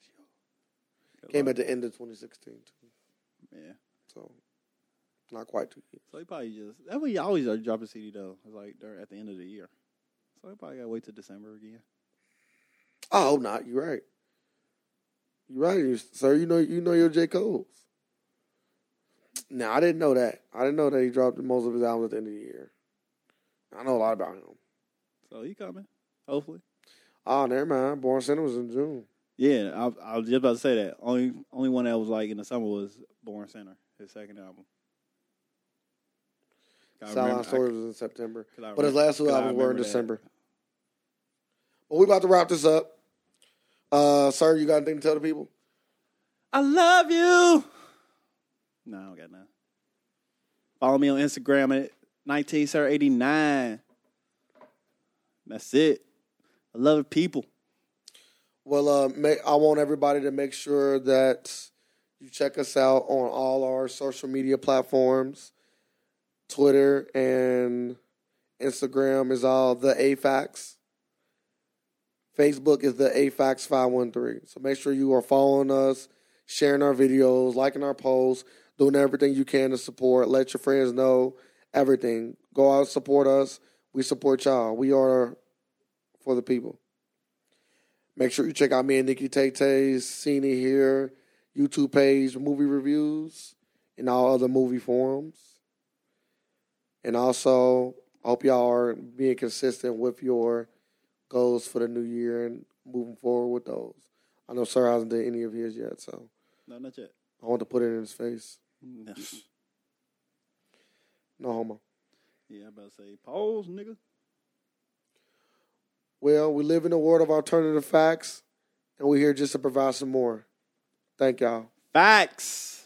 [SPEAKER 2] you. Came at the end of 2016 too.
[SPEAKER 1] yeah.
[SPEAKER 2] So not quite two years.
[SPEAKER 1] So he probably just that way. You always are dropping CD though. It's like during, at the end of the year. So he probably gotta wait till December again.
[SPEAKER 2] I hope not. You're Oh, right. You're right, you- sir. You know, you know your J Cole's. Now I didn't know that. I didn't know that he dropped most of his albums at the end of the year. I know a lot about him.
[SPEAKER 1] So he coming, hopefully.
[SPEAKER 2] Oh, never mind. Born Center was in June.
[SPEAKER 1] Yeah, I, I was just about to say that. Only only one that was like in the summer was Born Center, his second album. I remember-
[SPEAKER 2] Sideline
[SPEAKER 1] I-
[SPEAKER 2] Story was in September.
[SPEAKER 1] 'cause I
[SPEAKER 2] But his
[SPEAKER 1] remember-
[SPEAKER 2] last two
[SPEAKER 1] 'cause I
[SPEAKER 2] albums were in
[SPEAKER 1] remember that.
[SPEAKER 2] December. Well, we about to wrap this up. Uh, sir, you got anything to tell the people?
[SPEAKER 1] I love you. No, I don't got nothing. Follow me on Instagram at 19, sir, 89. That's it. I love people.
[SPEAKER 2] Well, uh, ma- I want everybody to make sure that you check us out on all our social media platforms. Twitter and Instagram is all the AFAX. Facebook is the AFAX 513. So make sure you are following us, sharing our videos, liking our posts, doing everything you can to support. Let your friends know everything. Go out, support us. We support y'all. We are for the people. Make sure you check out me and Nikki Tay Tay's Cine Here YouTube page, movie reviews, and all other movie forums. And also, I hope y'all are being consistent with your goals for the new year and moving forward with those. I know Sir hasn't done any of his yet, so
[SPEAKER 1] No, not yet.
[SPEAKER 2] I want to put it in his face.
[SPEAKER 1] No.
[SPEAKER 2] No homo.
[SPEAKER 1] Yeah, I'm about to say, pause, nigga.
[SPEAKER 2] Well, we live in a world of alternative facts, and we're here just to provide some more. Thank y'all.
[SPEAKER 1] Facts.